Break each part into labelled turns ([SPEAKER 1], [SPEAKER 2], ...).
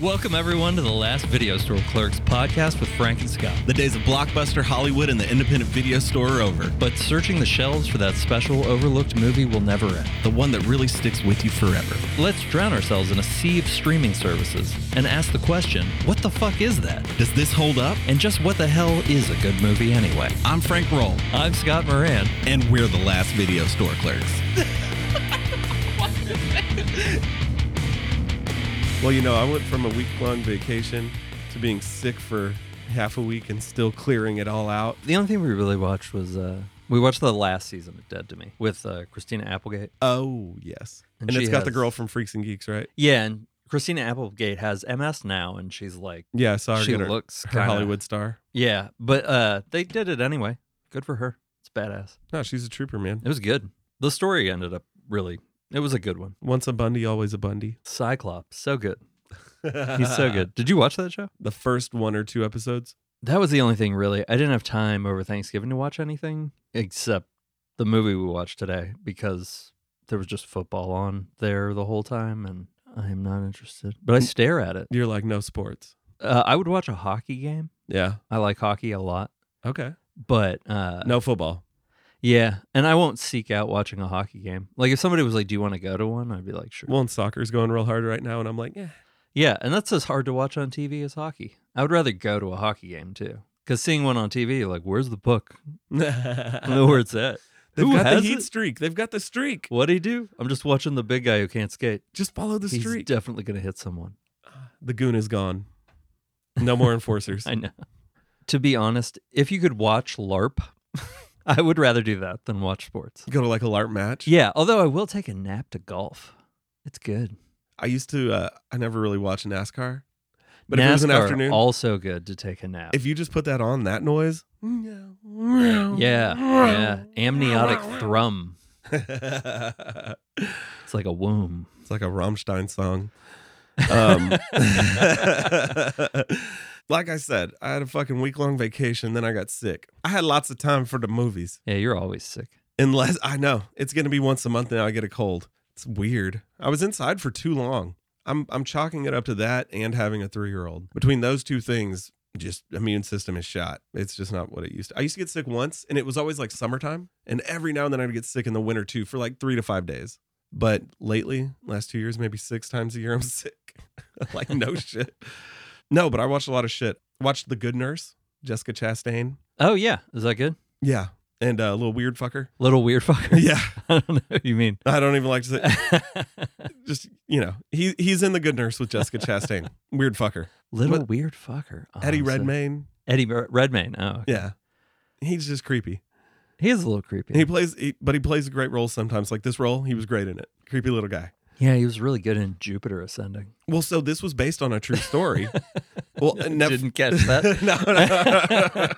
[SPEAKER 1] Welcome, everyone, to the last Video Store Clerks podcast with Frank and Scott.
[SPEAKER 2] The days of Blockbuster, Hollywood, and the independent video store are over.
[SPEAKER 1] But searching the shelves for that special overlooked movie will never end.
[SPEAKER 2] The one that really sticks with you forever.
[SPEAKER 1] Let's drown ourselves in a sea of streaming services and ask the question what the fuck is that?
[SPEAKER 2] Does this hold up?
[SPEAKER 1] And just what the hell is a good movie anyway?
[SPEAKER 2] I'm Frank Roll,
[SPEAKER 1] I'm Scott Moran.
[SPEAKER 2] and we're the last Video Store Clerks.
[SPEAKER 3] Well, you know, I went from a week long vacation to being sick for half a week and still clearing it all out.
[SPEAKER 1] The only thing we really watched was uh, we watched the last season of Dead to Me with uh, Christina Applegate.
[SPEAKER 3] Oh, yes.
[SPEAKER 1] And
[SPEAKER 3] And,
[SPEAKER 1] she
[SPEAKER 3] it's got the
[SPEAKER 1] has-
[SPEAKER 3] girl from Freaks and Geeks, right?
[SPEAKER 1] Yeah, and Christina Applegate has MS now, and she's like,
[SPEAKER 3] Yeah, I saw her
[SPEAKER 1] she
[SPEAKER 3] get her,
[SPEAKER 1] looks
[SPEAKER 3] her
[SPEAKER 1] kind of
[SPEAKER 3] Hollywood star.
[SPEAKER 1] Yeah, but uh they did it anyway. Good for her. It's badass.
[SPEAKER 3] No, she's a trooper, man.
[SPEAKER 1] It was good. The story ended up really. It was a good one.
[SPEAKER 3] Once a Bundy, always a Bundy.
[SPEAKER 1] Cyclops, so good. He's so good. Did you watch that show?
[SPEAKER 3] The first one or two episodes.
[SPEAKER 1] That was the only thing really. I didn't have time over Thanksgiving to watch anything except the movie we watched today because there was just football on there the whole time and I am not interested. But I stare at it.
[SPEAKER 3] You're like, no sports.
[SPEAKER 1] Uh, I would watch a hockey game.
[SPEAKER 3] Yeah.
[SPEAKER 1] I like hockey a lot,
[SPEAKER 3] Okay.
[SPEAKER 1] but uh
[SPEAKER 3] No football.
[SPEAKER 1] Yeah, and I won't seek out watching a hockey game. Like if somebody was like, "Do you want to go to one?" I'd be like, "Sure."
[SPEAKER 3] Well, and soccer's going real hard right now. And I'm like, yeah.
[SPEAKER 1] yeah, and that's as hard to watch on TV as hockey. I would rather go to a hockey game too, because seeing one on TV, you're like, "Where's the book? I don't know where it's at.
[SPEAKER 3] They've
[SPEAKER 1] Who
[SPEAKER 3] got the
[SPEAKER 1] has
[SPEAKER 3] heat
[SPEAKER 1] it?
[SPEAKER 3] streak. They've got the streak.
[SPEAKER 1] What do he do? I'm just watching the big guy who can't skate.
[SPEAKER 3] Just follow the
[SPEAKER 1] He's
[SPEAKER 3] streak.
[SPEAKER 1] definitely gonna hit someone.
[SPEAKER 3] the goon is gone. No more enforcers.
[SPEAKER 1] I know. To be honest, if you could watch LARP, I would rather do that than watch sports.
[SPEAKER 3] Go to like a LARP match.
[SPEAKER 1] Yeah, although I will take a nap to golf. It's good.
[SPEAKER 3] I used to. Uh, I never really watched NASCAR, but if it was an
[SPEAKER 1] NASCAR,
[SPEAKER 3] afternoon,
[SPEAKER 1] also good to take a nap.
[SPEAKER 3] if you just put that on, that noise.
[SPEAKER 1] Yeah, yeah.
[SPEAKER 3] Yeah,
[SPEAKER 1] Amniotic thrum. It's like a womb.
[SPEAKER 3] it's like a Rammstein song. Um, like I said, I had a fucking week long vacation. Then I got sick. I had lots of time for the movies,
[SPEAKER 1] Yeah, you're always sick.
[SPEAKER 3] unless I know it's gonna be once a month now. I get a cold. It's weird. I was inside for too long. I'm I'm chalking it up to that and having a three year old. Between those two things, just immune system is shot. It's just not what it used to. I used to get sick once, and it was always like summertime. And every now and then I'd get sick in the winter too for like three to five days. But lately, last two years, maybe six times a year, I'm sick. like no shit. No, but I watched a lot of shit. Watched The Good Nurse, Jessica Chastain.
[SPEAKER 1] Oh yeah, is that good?
[SPEAKER 3] Yeah, and uh, little weird fucker.
[SPEAKER 1] Little weird fucker.
[SPEAKER 3] Yeah,
[SPEAKER 1] I don't know what you mean.
[SPEAKER 3] I don't even like to say. just you know, he he's in the Good Nurse with Jessica Chastain. Weird fucker.
[SPEAKER 1] Little
[SPEAKER 3] What-
[SPEAKER 1] weird fucker. Oh,
[SPEAKER 3] Eddie
[SPEAKER 1] I'm so-
[SPEAKER 3] Redmayne.
[SPEAKER 1] Eddie Mer- Redmayne. Oh, okay.
[SPEAKER 3] Yeah, he's just creepy.
[SPEAKER 1] he is a little creepy.
[SPEAKER 3] And he plays, he, but he plays a great role sometimes. Like this role, he was great in it. Creepy little guy.
[SPEAKER 1] yeah, he was really good in Jupiter Ascending.
[SPEAKER 3] Well, so this was based on a true story. well, Nef-
[SPEAKER 1] Didn't catch that.
[SPEAKER 3] no, no, no.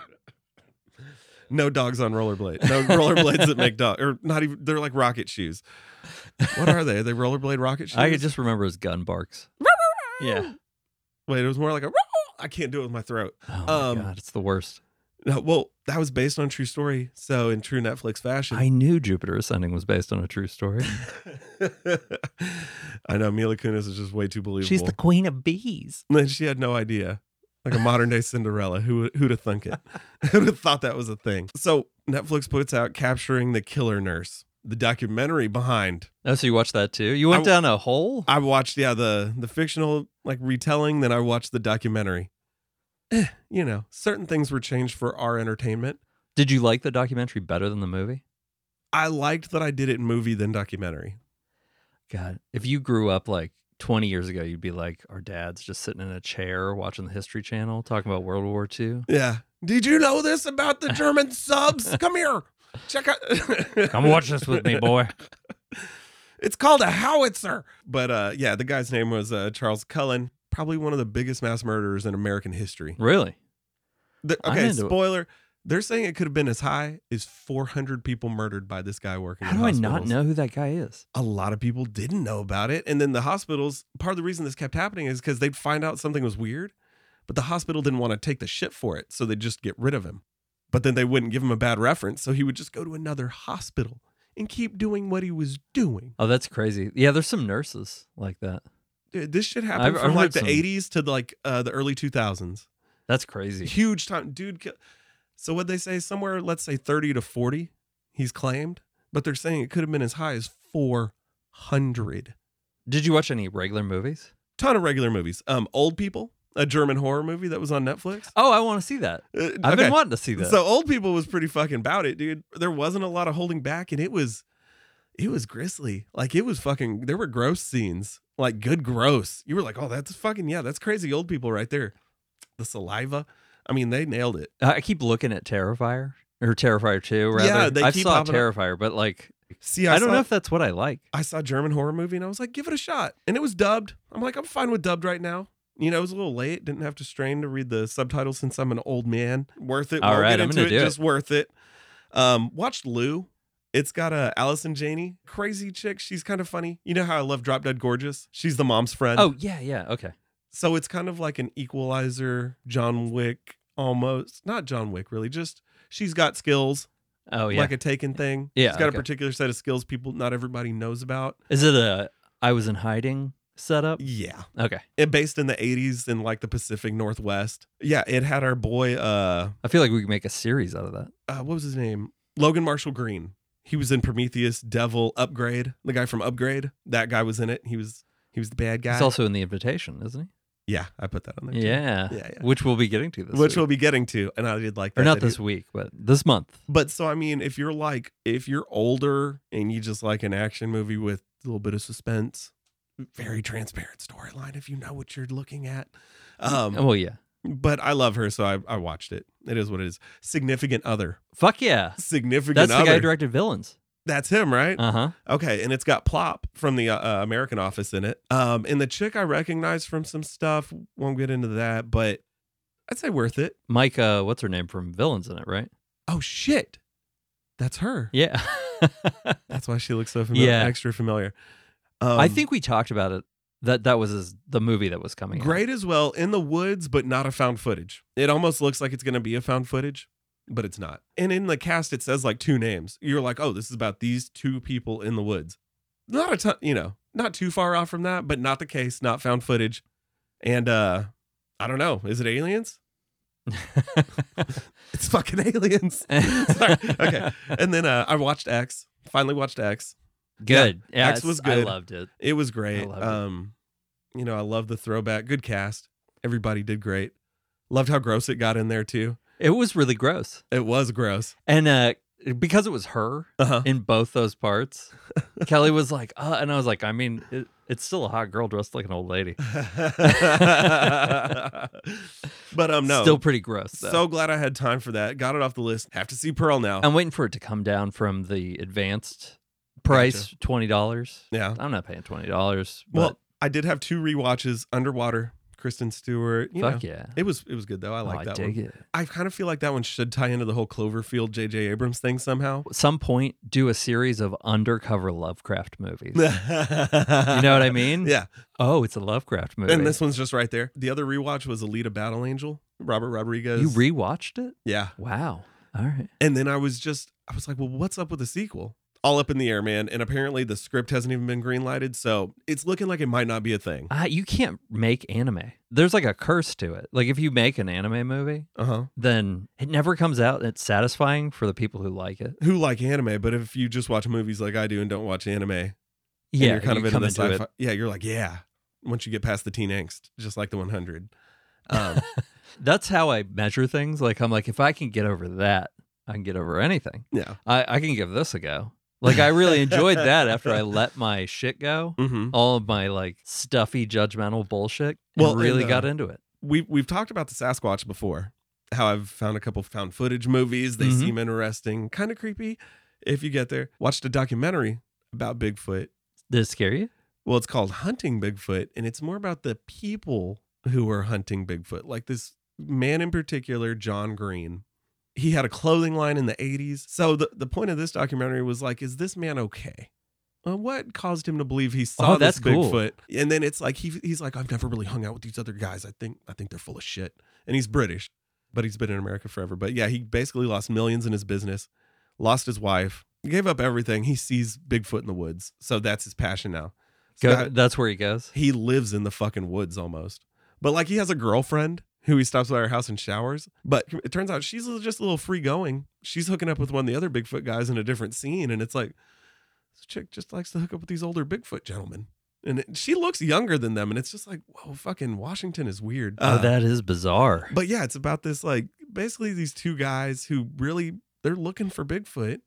[SPEAKER 3] No dogs on rollerblade. No rollerblades that make dog or not even. They're like rocket shoes. What are they? Are they rollerblade rocket shoes?
[SPEAKER 1] I could just remember his gun barks. yeah.
[SPEAKER 3] wait. It was more like a. I can't do it with my throat.
[SPEAKER 1] Oh my
[SPEAKER 3] Um,
[SPEAKER 1] god, it's the worst.
[SPEAKER 3] No, well, that was based on a true story. So in true Netflix fashion,
[SPEAKER 1] I knew Jupiter Ascending was based on a true story.
[SPEAKER 3] I know Mila Kunis is just way too believable.
[SPEAKER 1] She's the queen of bees.
[SPEAKER 3] And she had no idea. Like a modern day Cinderella. Who who'd have thunk it? who'd have thought that was a thing? So Netflix puts out Capturing the Killer Nurse, the documentary behind.
[SPEAKER 1] Oh, so you watched that too? You went
[SPEAKER 3] I-
[SPEAKER 1] down a hole?
[SPEAKER 3] I watched, yeah, the the fictional like retelling, then I watched the documentary. Eh, you know, certain things were changed for our entertainment.
[SPEAKER 1] Did you like the documentary better than the movie?
[SPEAKER 3] I liked that I did it in movie than documentary.
[SPEAKER 1] God, if you grew up like 20 years ago, you'd be like our dad's just sitting in a chair watching the History Channel talking about World War II.
[SPEAKER 3] Yeah. Did you know this about the German subs? Come here. Check out.
[SPEAKER 1] this with me, boy.
[SPEAKER 3] It's called a howitzer. But uh, yeah, the guy's name was uh, Charles Cullen, probably one of the biggest mass murderers in American history.
[SPEAKER 1] Really?
[SPEAKER 3] The-
[SPEAKER 1] I'm
[SPEAKER 3] okay,
[SPEAKER 1] into it.
[SPEAKER 3] spoiler. They're saying it could have been as high as 400 people murdered by this guy working.
[SPEAKER 1] How
[SPEAKER 3] at
[SPEAKER 1] do I not
[SPEAKER 3] hospitals.
[SPEAKER 1] know who that guy is?
[SPEAKER 3] A lot of people didn't know about it, and then the hospitals. Part of the reason this kept happening is because they'd find out something was weird, but the hospital didn't want to take the shit for it, so they'd just get rid of him. But then they wouldn't give him a bad reference, so he would just go to another hospital and keep doing what he was doing.
[SPEAKER 1] Oh, that's crazy. Yeah, there's some nurses like that.
[SPEAKER 3] Dude, this shit
[SPEAKER 1] I've-
[SPEAKER 3] happened
[SPEAKER 1] I've
[SPEAKER 3] from like
[SPEAKER 1] heard
[SPEAKER 3] the
[SPEAKER 1] some-
[SPEAKER 3] 80s to like uh, the early 2000s.
[SPEAKER 1] That's crazy.
[SPEAKER 3] Huge time, dude. ki- So what they say somewhere, let's say 30 to 40, he's claimed, but they're saying it could have been as high as 400.
[SPEAKER 1] Did you watch any regular movies?
[SPEAKER 3] Ton of regular movies. Um, Old People, a German horror movie that was on Netflix.
[SPEAKER 1] Oh, I want to see that.
[SPEAKER 3] Uh,
[SPEAKER 1] I've
[SPEAKER 3] okay.
[SPEAKER 1] been wanting to see that.
[SPEAKER 3] So old people was pretty fucking about it, dude. There wasn't a lot of holding back, and it was, it was grisly. Like it was fucking. There were gross scenes, like good gross. You were like, oh, that's fucking yeah, that's crazy. Old people right there. The saliva. I mean, they nailed it.
[SPEAKER 1] I I keep looking at Terrifier or Terrifier 2 rather.
[SPEAKER 3] Yeah, they
[SPEAKER 1] I
[SPEAKER 3] keep
[SPEAKER 1] saw
[SPEAKER 3] popping up.
[SPEAKER 1] Terrifier, but like
[SPEAKER 3] See,
[SPEAKER 1] I,
[SPEAKER 3] I,
[SPEAKER 1] don't
[SPEAKER 3] saw,
[SPEAKER 1] know if that's what I like.
[SPEAKER 3] I saw a German horror movie, and I was like, give it a shot. And it was dubbed. I'm like, I'm fine with dubbed right now. You know, it was a little late. Didn't have to strain to read the subtitles since I'm an old man. Worth it.
[SPEAKER 1] All
[SPEAKER 3] we'll
[SPEAKER 1] right,
[SPEAKER 3] get
[SPEAKER 1] I'm
[SPEAKER 3] into
[SPEAKER 1] gonna
[SPEAKER 3] it.
[SPEAKER 1] do it.
[SPEAKER 3] Just worth it. Um, watched Lou. It's got a Allison Janney, crazy chick. She's kind of funny. You know how I love Drop Dead Gorgeous. She's the mom's friend.
[SPEAKER 1] Oh, yeah, yeah. Okay.
[SPEAKER 3] so it's kind of like an Equalizer, John Wick, almost not John Wick, really. Just she's got skills,
[SPEAKER 1] Oh, yeah.
[SPEAKER 3] like a taken thing.
[SPEAKER 1] Yeah,
[SPEAKER 3] she's got
[SPEAKER 1] okay.
[SPEAKER 3] a particular set of skills people not everybody knows about.
[SPEAKER 1] Is it a I was in hiding setup?
[SPEAKER 3] Yeah,
[SPEAKER 1] Okay.
[SPEAKER 3] it based in the 80s in like the Pacific Northwest. Yeah, it had our boy uh,
[SPEAKER 1] I feel like we could make a series out of that.
[SPEAKER 3] uh what was his name? Logan Marshall Green. He was in Prometheus, Devil, Upgrade. The guy from Upgrade, that guy was in it. He was he was the bad guy.
[SPEAKER 1] He's also in the invitation, isn't
[SPEAKER 3] yeah, I put that on there.
[SPEAKER 1] he?
[SPEAKER 3] too.
[SPEAKER 1] Yeah.
[SPEAKER 3] Yeah, yeah.
[SPEAKER 1] Which we'll be getting to this
[SPEAKER 3] Which
[SPEAKER 1] week.
[SPEAKER 3] we'll be getting to, and I did like that.
[SPEAKER 1] or not
[SPEAKER 3] that he-
[SPEAKER 1] this week, but this month.
[SPEAKER 3] But so I mean, if you're like if you're older and you just like an action movie with a little bit of suspense, very transparent storyline if you know what you're looking at. Um
[SPEAKER 1] well, Oh, yeah.
[SPEAKER 3] but I love her, so I, I watched it. It is what it is. Significant other.
[SPEAKER 1] Fuck yeah.
[SPEAKER 3] Significant
[SPEAKER 1] That's the
[SPEAKER 3] other.
[SPEAKER 1] guy who directed Villains.
[SPEAKER 3] That's him, right?
[SPEAKER 1] Uh huh.
[SPEAKER 3] Okay, and it's got Plop from the uh, uh, American Office in it. Um, and the chick I recognize from some stuff. Won't get into that, but I'd say worth it.
[SPEAKER 1] Mike, uh, what's her name from Villains in it, right?
[SPEAKER 3] Oh shit, that's her.
[SPEAKER 1] Yeah.
[SPEAKER 3] That's why she looks so familiar,
[SPEAKER 1] Yeah.
[SPEAKER 3] extra familiar. Um,
[SPEAKER 1] I think we talked about it. That that was his, the movie that was coming. out.
[SPEAKER 3] great as well in the woods, but not a found footage. It almost looks like it's going to be a found footage, but it's not. And in the cast, it says like two names. You're like, oh, this is about these two people in the woods. Not a ton, you know, not too far off from that, but not the case. Not found footage. And uh I don't know. Is it aliens? It's fucking aliens. Sorry. Okay. And then uh, I watched X. Finally watched X.
[SPEAKER 1] Good. Yeah,
[SPEAKER 3] X
[SPEAKER 1] it's-
[SPEAKER 3] was
[SPEAKER 1] I
[SPEAKER 3] good.
[SPEAKER 1] loved it.
[SPEAKER 3] It was great.
[SPEAKER 1] loved it.
[SPEAKER 3] um, you know, I love the throwback. Good cast. Everybody did great. Loved how gross it got in there too.
[SPEAKER 1] It was really gross,
[SPEAKER 3] It was gross.
[SPEAKER 1] and uh, because it was her
[SPEAKER 3] Uh-huh.
[SPEAKER 1] in both those parts, Kelly was like, uh, and I was like, I mean, it, it's still a hot girl dressed like an old lady.
[SPEAKER 3] but um, no,
[SPEAKER 1] Still pretty gross. Though.
[SPEAKER 3] so glad I had time for that. Got it off the list. Have to see Pearl now.
[SPEAKER 1] I'm waiting for it to come down from the advanced price twenty dollars.
[SPEAKER 3] yeah.
[SPEAKER 1] I'm not paying twenty dollars.
[SPEAKER 3] Well, I did have two rewatches. Underwater, Kristen Stewart. You know,
[SPEAKER 1] fuck yeah,
[SPEAKER 3] it was it was good though. I
[SPEAKER 1] Oh,
[SPEAKER 3] like
[SPEAKER 1] I
[SPEAKER 3] that one.
[SPEAKER 1] dig it.
[SPEAKER 3] I kind of feel like that one should tie into the whole Cloverfield J.J. Abrams thing somehow.
[SPEAKER 1] Some point, do a series of undercover Lovecraft movies. you know what I mean?
[SPEAKER 3] Yeah.
[SPEAKER 1] Oh, it's a Lovecraft movie.
[SPEAKER 3] And this one's just right there. The other rewatch was Alita Battle Angel, Robert Rodriguez.
[SPEAKER 1] you rewatched it?
[SPEAKER 3] yeah.
[SPEAKER 1] Wow. All right.
[SPEAKER 3] And then I was just, I was like, well, what's up with the sequel? All up in the air, man. And apparently the script hasn't even been greenlighted. So it's looking like it might not be a thing.
[SPEAKER 1] Uh, you can't make anime. There's like a curse to it. Like if you make an anime movie,
[SPEAKER 3] Uh huh.
[SPEAKER 1] then it never comes out. and It's satisfying for the people who like it.
[SPEAKER 3] Who like anime, but if you just watch movies like I do and don't watch anime, and
[SPEAKER 1] Yeah,
[SPEAKER 3] you're kind
[SPEAKER 1] you
[SPEAKER 3] of into
[SPEAKER 1] come
[SPEAKER 3] the
[SPEAKER 1] into
[SPEAKER 3] sci-fi. Yeah, you're like, yeah. Once you get past the teen angst, just like the 100. Um,
[SPEAKER 1] That's how I measure things. Like I'm like, if I can get over that, I can get over anything.
[SPEAKER 3] yeah.
[SPEAKER 1] I, I can give this a go. Like I really enjoyed that after I let my shit go.
[SPEAKER 3] Mm-hmm.
[SPEAKER 1] All of my like stuffy judgmental bullshit. and
[SPEAKER 3] Well, and,
[SPEAKER 1] really
[SPEAKER 3] uh,
[SPEAKER 1] got into it.
[SPEAKER 3] we we've talked about the Sasquatch before. How I've found a couple found footage movies. They
[SPEAKER 1] Mhm.
[SPEAKER 3] seem interesting, kind of creepy. If you get there, watched a documentary about Bigfoot.
[SPEAKER 1] Did it scare you?
[SPEAKER 3] Well, it's called Hunting Bigfoot, and it's more about the people who are hunting Bigfoot. Like this man in particular, John Green. He had a clothing line in the 80s. So the, the point of this documentary was like, is this man okay? Well, what caused him to believe he saw
[SPEAKER 1] Oh, that's
[SPEAKER 3] this
[SPEAKER 1] cool.
[SPEAKER 3] Bigfoot? And then it's like he he's like, I've never really hung out with these other guys. I think I think they're full of shit. And he's British, but he's been in America forever. But yeah, he basically lost millions in his business, lost his wife, gave up everything. He sees Bigfoot in the woods. So that's his passion now.
[SPEAKER 1] Go,
[SPEAKER 3] Scott-
[SPEAKER 1] that's where he goes.
[SPEAKER 3] he lives in the fucking woods almost. But like he has a girlfriend who he stops by her house and showers. But it turns out she's just a little free going. She's hooking up with one of the other Bigfoot guys in a different scene, and it's like this chick just likes to hook up with these older Bigfoot gentlemen. And it- she looks younger than them, and it's just like, whoa, fucking Washington is weird. Uh,
[SPEAKER 1] oh, that is bizarre.
[SPEAKER 3] but yeah, it's about this like basically these two guys who really they're looking for Bigfoot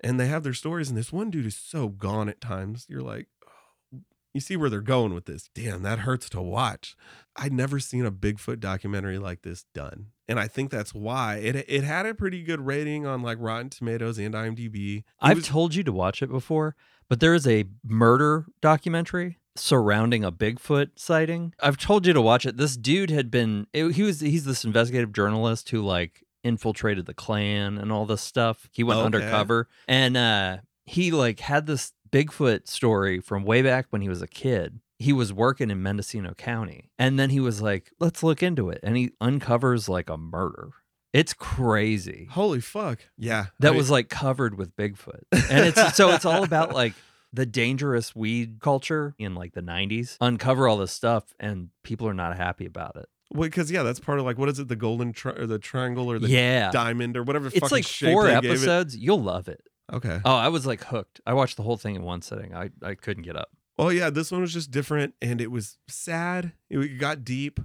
[SPEAKER 3] and they have their stories and this one dude is so gone at times. You're like oh, you see where they're going with this. Damn, that hurts to watch. I'd never seen a Bigfoot documentary like this done. And I think that's why it it had a pretty good rating on like Rotten Tomatoes and IMDb. It
[SPEAKER 1] I've
[SPEAKER 3] was-
[SPEAKER 1] told you to watch it before, but there is a murder documentary surrounding a Bigfoot sighting. I've told you to watch it. This dude had been it- he was he's this investigative journalist who like infiltrated the Klan and all this stuff. He went
[SPEAKER 3] Okay.
[SPEAKER 1] undercover and uh he like had this Bigfoot story from way back when he was a kid. He was working in Mendocino County and then he was like, "Let's look into it." And he uncovers like a murder. It's crazy
[SPEAKER 3] holy fuck. Yeah.
[SPEAKER 1] that
[SPEAKER 3] I mean-
[SPEAKER 1] was like covered with Bigfoot. And it's so it's all about like the dangerous weed culture in like the 90s. Uncover all this stuff and people are not happy about it.
[SPEAKER 3] well, cuz yeah, that's part of like what is it the golden tri- or the triangle or the
[SPEAKER 1] yeah.
[SPEAKER 3] diamond or whatever
[SPEAKER 1] It's
[SPEAKER 3] fucking
[SPEAKER 1] like
[SPEAKER 3] shape
[SPEAKER 1] four
[SPEAKER 3] they gave it.
[SPEAKER 1] episodes. You'll love it.
[SPEAKER 3] Okay.
[SPEAKER 1] Oh, I was like hooked. I watched the whole thing in one sitting. I, I couldn't get up.
[SPEAKER 3] Oh yeah, this one was just different, and it was sad. It got deep,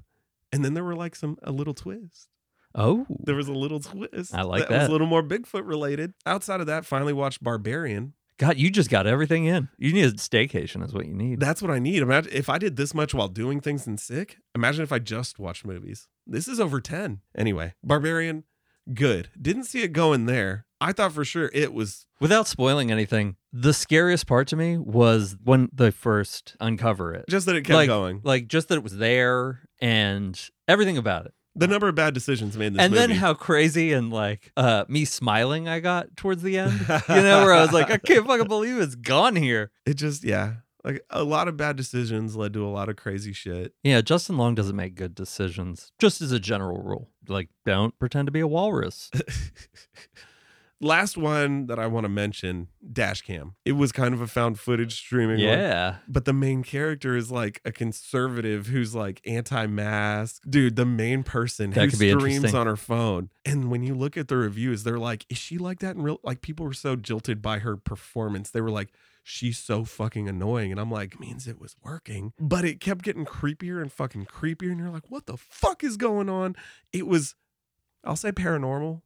[SPEAKER 3] and then there were like some a little twist.
[SPEAKER 1] Oh.
[SPEAKER 3] There was a little twist.
[SPEAKER 1] I like
[SPEAKER 3] was
[SPEAKER 1] that.
[SPEAKER 3] a little more Bigfoot related. Outside of that, finally watched Barbarian.
[SPEAKER 1] God, you just got everything in. You need a staycation is what you need.
[SPEAKER 3] That's what I need. Imagine if I did this much while doing things and sick. Imagine if I just watched movies. This is over ten. Anyway, Barbarian, good. Didn't see it going there. I thought for sure it was.
[SPEAKER 1] Without spoiling anything, the scariest part to me was when they first uncover it.
[SPEAKER 3] Just that it kept
[SPEAKER 1] Like-
[SPEAKER 3] going.
[SPEAKER 1] Like just that it was there and everything about it.
[SPEAKER 3] The number of bad decisions made in this
[SPEAKER 1] and then
[SPEAKER 3] movie.
[SPEAKER 1] how crazy and like uh me smiling I got towards the end. You know, where I was like, I can't fucking believe it's gone here.
[SPEAKER 3] it just yeah, like a lot of bad decisions led to a lot of crazy shit.
[SPEAKER 1] Yeah, Justin Long doesn't make good decisions, just as a general rule. Like, don't pretend to be a walrus.
[SPEAKER 3] Last one that I want to mention, Dashcam. It was kind of a found footage streaming one,
[SPEAKER 1] yeah.
[SPEAKER 3] But the main character is like a conservative who's like anti-mask. Dude, the main person
[SPEAKER 1] That
[SPEAKER 3] who
[SPEAKER 1] could be
[SPEAKER 3] streams
[SPEAKER 1] interesting.
[SPEAKER 3] on her phone. And when you look at the reviews, they're like, is she like that in real like people were so jilted by her performance. They were like, she's so fucking annoying. And I'm like, means it was working. But it kept getting creepier and fucking creepier. And you're like, what the fuck is going on? It was I'll say paranormal.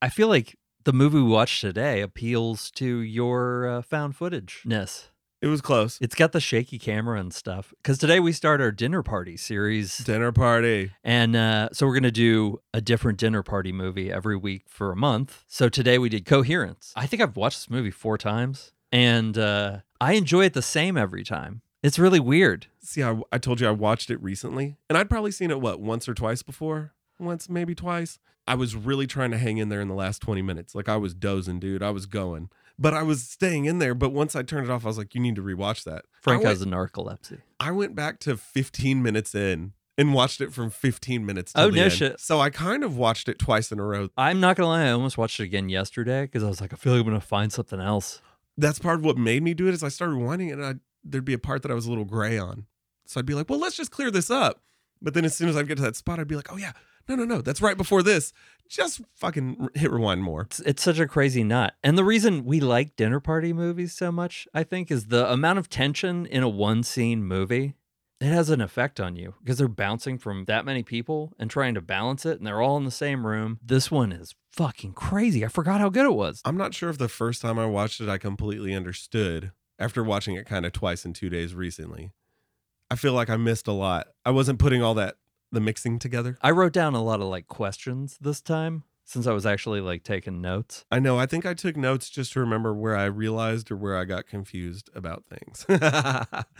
[SPEAKER 1] I feel like the movie we watched today appeals to your uh, found footage ness.
[SPEAKER 3] It was close.
[SPEAKER 1] It's got the shaky camera and stuff. Because today we start our dinner party series.
[SPEAKER 3] Dinner party.
[SPEAKER 1] And uh, so we're going to do a different dinner party movie every week for a month. So today we did Coherence. I think I've watched this movie four times and uh, I enjoy it the same every time. It's really weird.
[SPEAKER 3] See, I, I told you I watched it recently, and I'd probably seen it, what, once or twice before? Once, maybe twice. I was really trying to hang in there in the last 20 minutes. Like, I was dozing, dude. I was going, but I was staying in there. But once I turned it off, I was like, you need to rewatch that.
[SPEAKER 1] Frank
[SPEAKER 3] I went,
[SPEAKER 1] has a narcolepsy.
[SPEAKER 3] I went back to 15 minutes in and watched it from 15 minutes to
[SPEAKER 1] Oh,
[SPEAKER 3] the
[SPEAKER 1] no
[SPEAKER 3] end.
[SPEAKER 1] shit.
[SPEAKER 3] So I kind of watched it twice in a row.
[SPEAKER 1] I'm not going to lie. I almost watched it again yesterday because I was like, I feel like I'm going to find something else.
[SPEAKER 3] That's part of what made me do it is I started winding it, and I, there'd be a part that I was a little gray on. So I'd be like, well, let's just clear this up. But then as soon as I'd get to that spot, I'd be like, oh yeah, no, no, no, that's right before this. Just fucking r- hit rewind more.
[SPEAKER 1] It's, it's such a crazy nut. And the reason we like dinner party movies so much, I think, is the amount of tension in a one scene movie. It has an effect on you because they're bouncing from that many people and trying to balance it, and they're all in the same room. This one is fucking crazy. I forgot how good it was.
[SPEAKER 3] I'm not sure if the first time I watched it, I completely understood after watching it kind of twice in two days recently. I feel like I missed a lot. I wasn't putting all that, the mixing together.
[SPEAKER 1] I wrote down a lot of like questions this time since I was actually like taking notes.
[SPEAKER 3] I know. I think I took notes just to remember where I realized or where I got confused about things.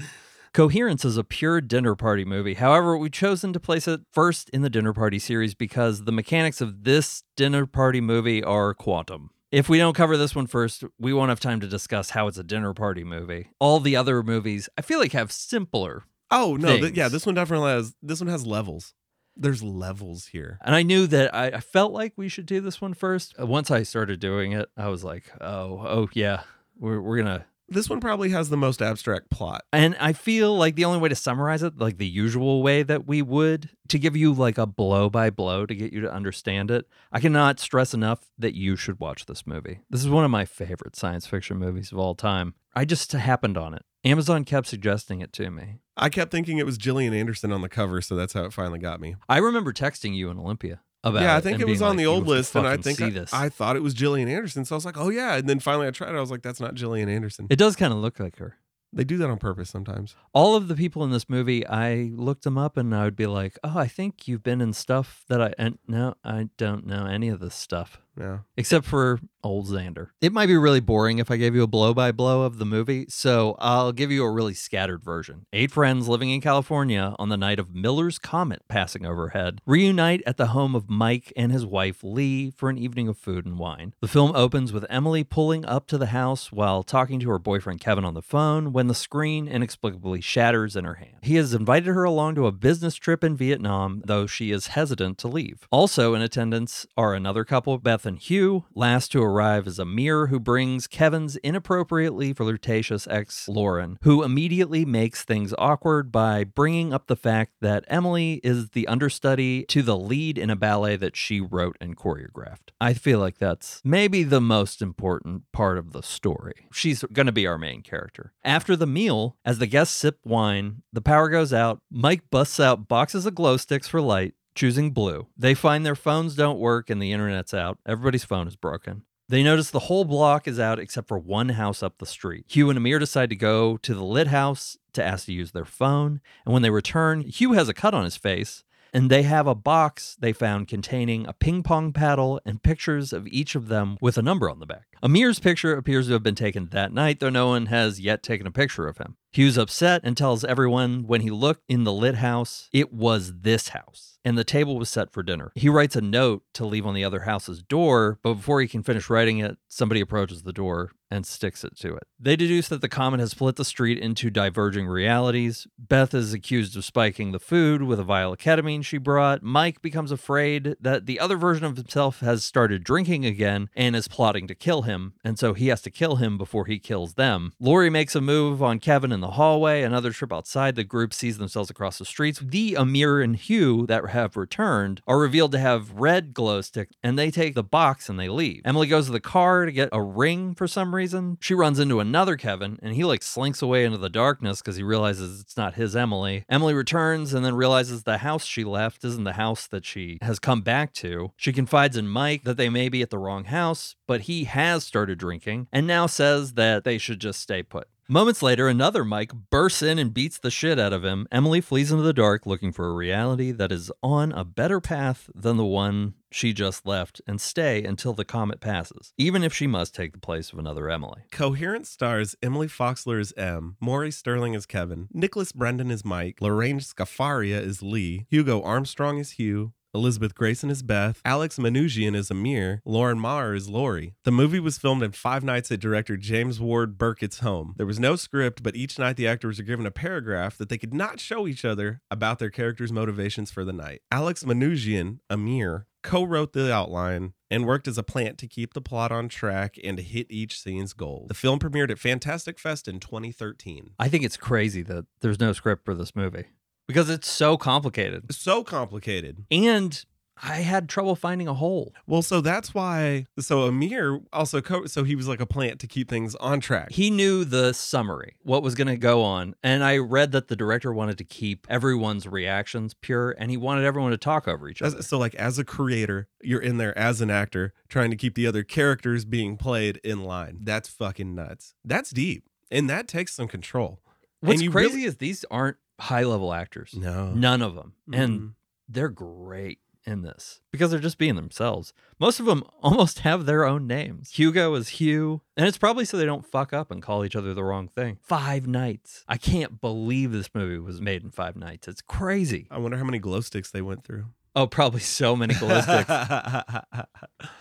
[SPEAKER 1] Coherence is a pure dinner party movie. However, we've chosen to place it first in the dinner party series because the mechanics of this dinner party movie are quantum. If we don't cover this one first, we won't have time to discuss how it's a dinner party movie. All the other movies, I feel like, have simpler.
[SPEAKER 3] Oh no, th- yeah,
[SPEAKER 1] things.
[SPEAKER 3] this one definitely has this one has levels. There's levels here.
[SPEAKER 1] And I knew that I, I felt like we should do this one first. Uh, Once I started doing it, I was like, oh, oh, yeah, we're, we're going to
[SPEAKER 3] This one probably has the most abstract plot.
[SPEAKER 1] And I feel like the only way to summarize it, like the usual way that we would, to give you like a blow by blow to get you to understand it, I cannot stress enough that you should watch this movie. This is one of my favorite science fiction movies of all time. I just happened on it. Amazon kept suggesting it to me.
[SPEAKER 3] I kept thinking it was Gillian Anderson on the cover, so that's how it finally got me.
[SPEAKER 1] I remember texting you in Olympia about
[SPEAKER 3] yeah, I
[SPEAKER 1] it
[SPEAKER 3] think
[SPEAKER 1] and
[SPEAKER 3] it was
[SPEAKER 1] being
[SPEAKER 3] on
[SPEAKER 1] like,
[SPEAKER 3] the
[SPEAKER 1] "You
[SPEAKER 3] old
[SPEAKER 1] have to
[SPEAKER 3] list, and I
[SPEAKER 1] fucking
[SPEAKER 3] think
[SPEAKER 1] see
[SPEAKER 3] I,
[SPEAKER 1] this.
[SPEAKER 3] I thought it was Gillian Anderson, so I was like, oh yeah. And then finally, I tried it. I was like, that's not Gillian Anderson.
[SPEAKER 1] it does kind of look like her.
[SPEAKER 3] They do that on purpose sometimes.
[SPEAKER 1] all of the people in this movie, I looked them up and I would be like, "Oh, I think you've been in stuff that I and no, I don't know any of this stuff
[SPEAKER 3] Yeah,
[SPEAKER 1] except for old Xander." It might be really boring if I gave you a blow by blow of the movie, so I'll give you a really scattered version. Eight friends living in California on the night of Miller's comet passing overhead reunite at the home of Mike and his wife Lee for an evening of food and wine. The film opens with Emily pulling up to the house while talking to her boyfriend Kevin on the phone when the screen inexplicably shatters in her hand. He has invited her along to a business trip in Vietnam, though she is hesitant to leave. Also in attendance are another couple, Beth and Hugh. Last to arrive is Amir, who brings Kevin's inappropriately flirtatious ex Lauren, who immediately makes things awkward by bringing up the fact that Emily is the understudy to the lead in a ballet that she wrote and choreographed. I feel like that's maybe the most important part of the story. She's going to be our main character. After the meal, as the guests sip wine, the power goes out. Mike busts out boxes of glow sticks for light, choosing blue. They find their phones don't work and the internet's out. Everybody's phone is broken. They notice the whole block is out except for one house up the street. Hugh and Amir decide to go to the lit house to ask to use their phone. And when they return, Hugh has a cut on his face. And they have a box they found containing a ping pong paddle and pictures of each of them with a number on the back. Amir's picture appears to have been taken that night, though no one has yet taken a picture of him. Hugh's upset and tells everyone when he looked in the lit house, it was this house, and the table was set for dinner. He writes a note to leave on the other house's door, but before he can finish writing it, somebody approaches the door and sticks it to it. They deduce that the comet has split the street into diverging realities. Beth is accused of spiking the food with a vial of ketamine she brought. Mike becomes afraid that the other version of himself has started drinking again and is plotting to kill him, and so he has to kill him before he kills them. Lori makes a move on Kevin in the hallway. Another trip outside, the group sees themselves across the streets. The Amir and Hugh that have returned are revealed to have red glow stick, and they take the box and they leave. Emily goes to the car to get a ring for some reason. She runs into another Kevin, and he like slinks away into the darkness because he realizes it's not his Emily. Emily returns and then realizes the house she left isn't the house that she has come back to. She confides in Mike that they may be at the wrong house, but he has started drinking and now says that they should just stay put. Moments later, another Mike bursts in and beats the shit out of him. Emily flees into the dark looking for a reality that is on a better path than the one she just left and stay until the comet passes, even if she must take the place of another Emily.
[SPEAKER 3] Coherent stars Emily Foxler is M, Maury Sterling is Kevin, Nicholas Brendan is Mike, Lorraine Scafaria is Lee, Hugo Armstrong is Hugh. Elizabeth Grayson is Beth, Alex Manoogian is Amir, Lauren Maher is Lori. The movie was filmed in five nights at director James Ward Burkett's home. There was no script, but each night the actors were given a paragraph that they could not show each other about their characters' motivations for the night. Alex Manoogian, Amir, co-wrote the outline and worked as a plant to keep the plot on track and to hit each scene's goal. The film premiered at Fantastic Fest in 2013.
[SPEAKER 1] I think it's crazy that there's no script for this movie because it's so complicated.
[SPEAKER 3] So complicated.
[SPEAKER 1] And I had trouble finding a hole.
[SPEAKER 3] Well, so that's why so Amir also co- so he was like a plant to keep things on track.
[SPEAKER 1] He knew the summary, what was going to go on. And I read that the director wanted to keep everyone's reactions pure and he wanted everyone to talk over each other.
[SPEAKER 3] As- so like as a creator, you're in there as an actor trying to keep the other characters being played in line. That's fucking nuts. That's deep. And that takes some control.
[SPEAKER 1] What's
[SPEAKER 3] and you
[SPEAKER 1] crazy
[SPEAKER 3] really-
[SPEAKER 1] is these aren't high level actors,
[SPEAKER 3] No.
[SPEAKER 1] none of them. And
[SPEAKER 3] Mm.
[SPEAKER 1] they're great in this because they're just being themselves. Most of them almost have their own names. Hugo is Hugh, and it's probably so they don't fuck up and call each other the wrong thing. Five nights. I can't believe this movie was made in five nights. It's crazy.
[SPEAKER 3] I wonder how many glow sticks they went through.
[SPEAKER 1] Oh, probably so many ballistics.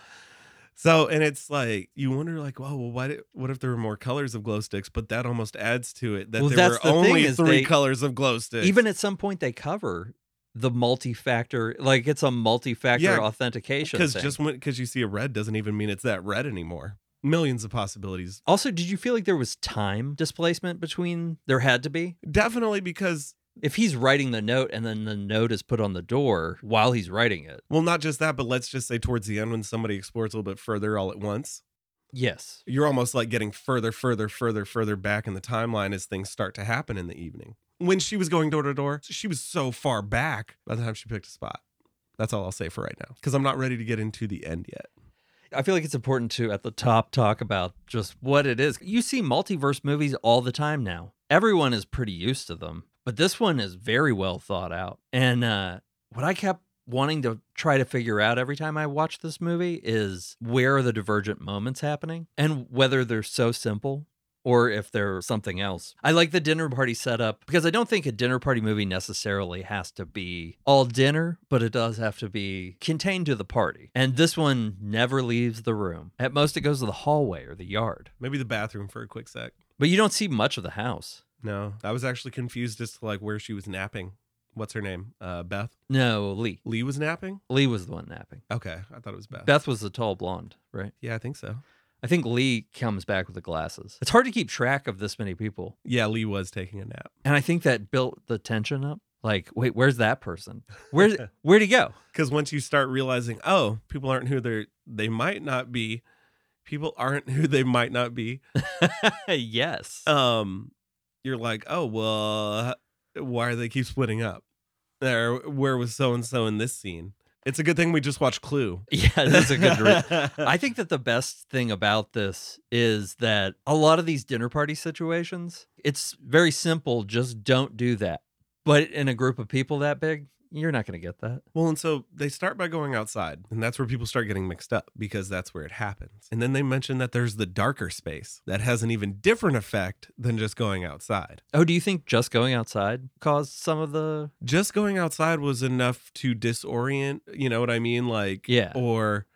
[SPEAKER 3] so and it's like you wonder like "Oh, well, well why did, what if there were more colors of glow sticks but that almost adds to it that
[SPEAKER 1] Well,
[SPEAKER 3] there were
[SPEAKER 1] that's the thing
[SPEAKER 3] only
[SPEAKER 1] is
[SPEAKER 3] three
[SPEAKER 1] they-
[SPEAKER 3] colors of glow sticks
[SPEAKER 1] Even at some point, they cover the multi-factor, like it's a multi-factor
[SPEAKER 3] Yeah,
[SPEAKER 1] authentication.
[SPEAKER 3] because
[SPEAKER 1] thing.
[SPEAKER 3] just because you see a red doesn't even mean it's that red anymore millions of possibilities.
[SPEAKER 1] Also, did you feel like there was time displacement between? There had to be.
[SPEAKER 3] Definitely because,
[SPEAKER 1] If he's writing the note and then the note is put on the door while he's writing it.
[SPEAKER 3] well, not just that, but let's just say towards the end when somebody explores a little bit further all at once,
[SPEAKER 1] Yes.
[SPEAKER 3] you're almost like getting further, further, further, further back in the timeline as things start to happen in the evening. When she was going door to door, she was so far back by the time she picked a spot. That's all I'll say for right now because I'm not ready to get into the end yet.
[SPEAKER 1] I feel like it's important to, at the top, talk about just what it is. You see multiverse movies all the time now. Everyone is pretty used to them, but this one is very well thought out. And uh, what I kept wanting to try to figure out every time I watch this movie is where are the divergent moments happening and whether they're so simple or if they're something else. I like the dinner party setup because I don't think a dinner party movie necessarily has to be all dinner, but it does have to be contained to the party. And this one never leaves the room. At most, it goes to the hallway or the yard,
[SPEAKER 3] Maybe the bathroom for a quick sec.
[SPEAKER 1] but you don't see much of the house.
[SPEAKER 3] No, I was actually confused as to like where she was napping. What's her name? Uh, Beth.
[SPEAKER 1] No, Lee.
[SPEAKER 3] Lee was napping.
[SPEAKER 1] Lee was the one napping.
[SPEAKER 3] Okay, I thought it was Beth.
[SPEAKER 1] Beth was the tall blonde, right?
[SPEAKER 3] Yeah, I think so.
[SPEAKER 1] I think Lee comes back with the glasses. It's hard to keep track of this many people.
[SPEAKER 3] Yeah, Lee was taking a nap
[SPEAKER 1] And I think that built the tension up. Like, wait, where's that person? Where where'd he go?
[SPEAKER 3] because once you start realizing, oh, people aren't who they are they might not be. People aren't who they might not be.
[SPEAKER 1] yes.
[SPEAKER 3] Um, you're like, oh well, why are they keep splitting up? There, where was so and so in this scene? It's a good thing we just watched Clue.
[SPEAKER 1] yeah, that's a good read. I think that the best thing about this is that a lot of these dinner party situations, it's very simple, just don't do that. But in a group of people that big, you're not going to get that.
[SPEAKER 3] Well, and so they start by going outside, and that's where people start getting mixed up because that's where it happens. And then they mention that there's the darker space that has an even different effect than just going outside.
[SPEAKER 1] Oh, do you think just going outside caused some of the
[SPEAKER 3] Just going outside was enough to disorient, you know what I mean? Like,
[SPEAKER 1] Yeah.
[SPEAKER 3] Or,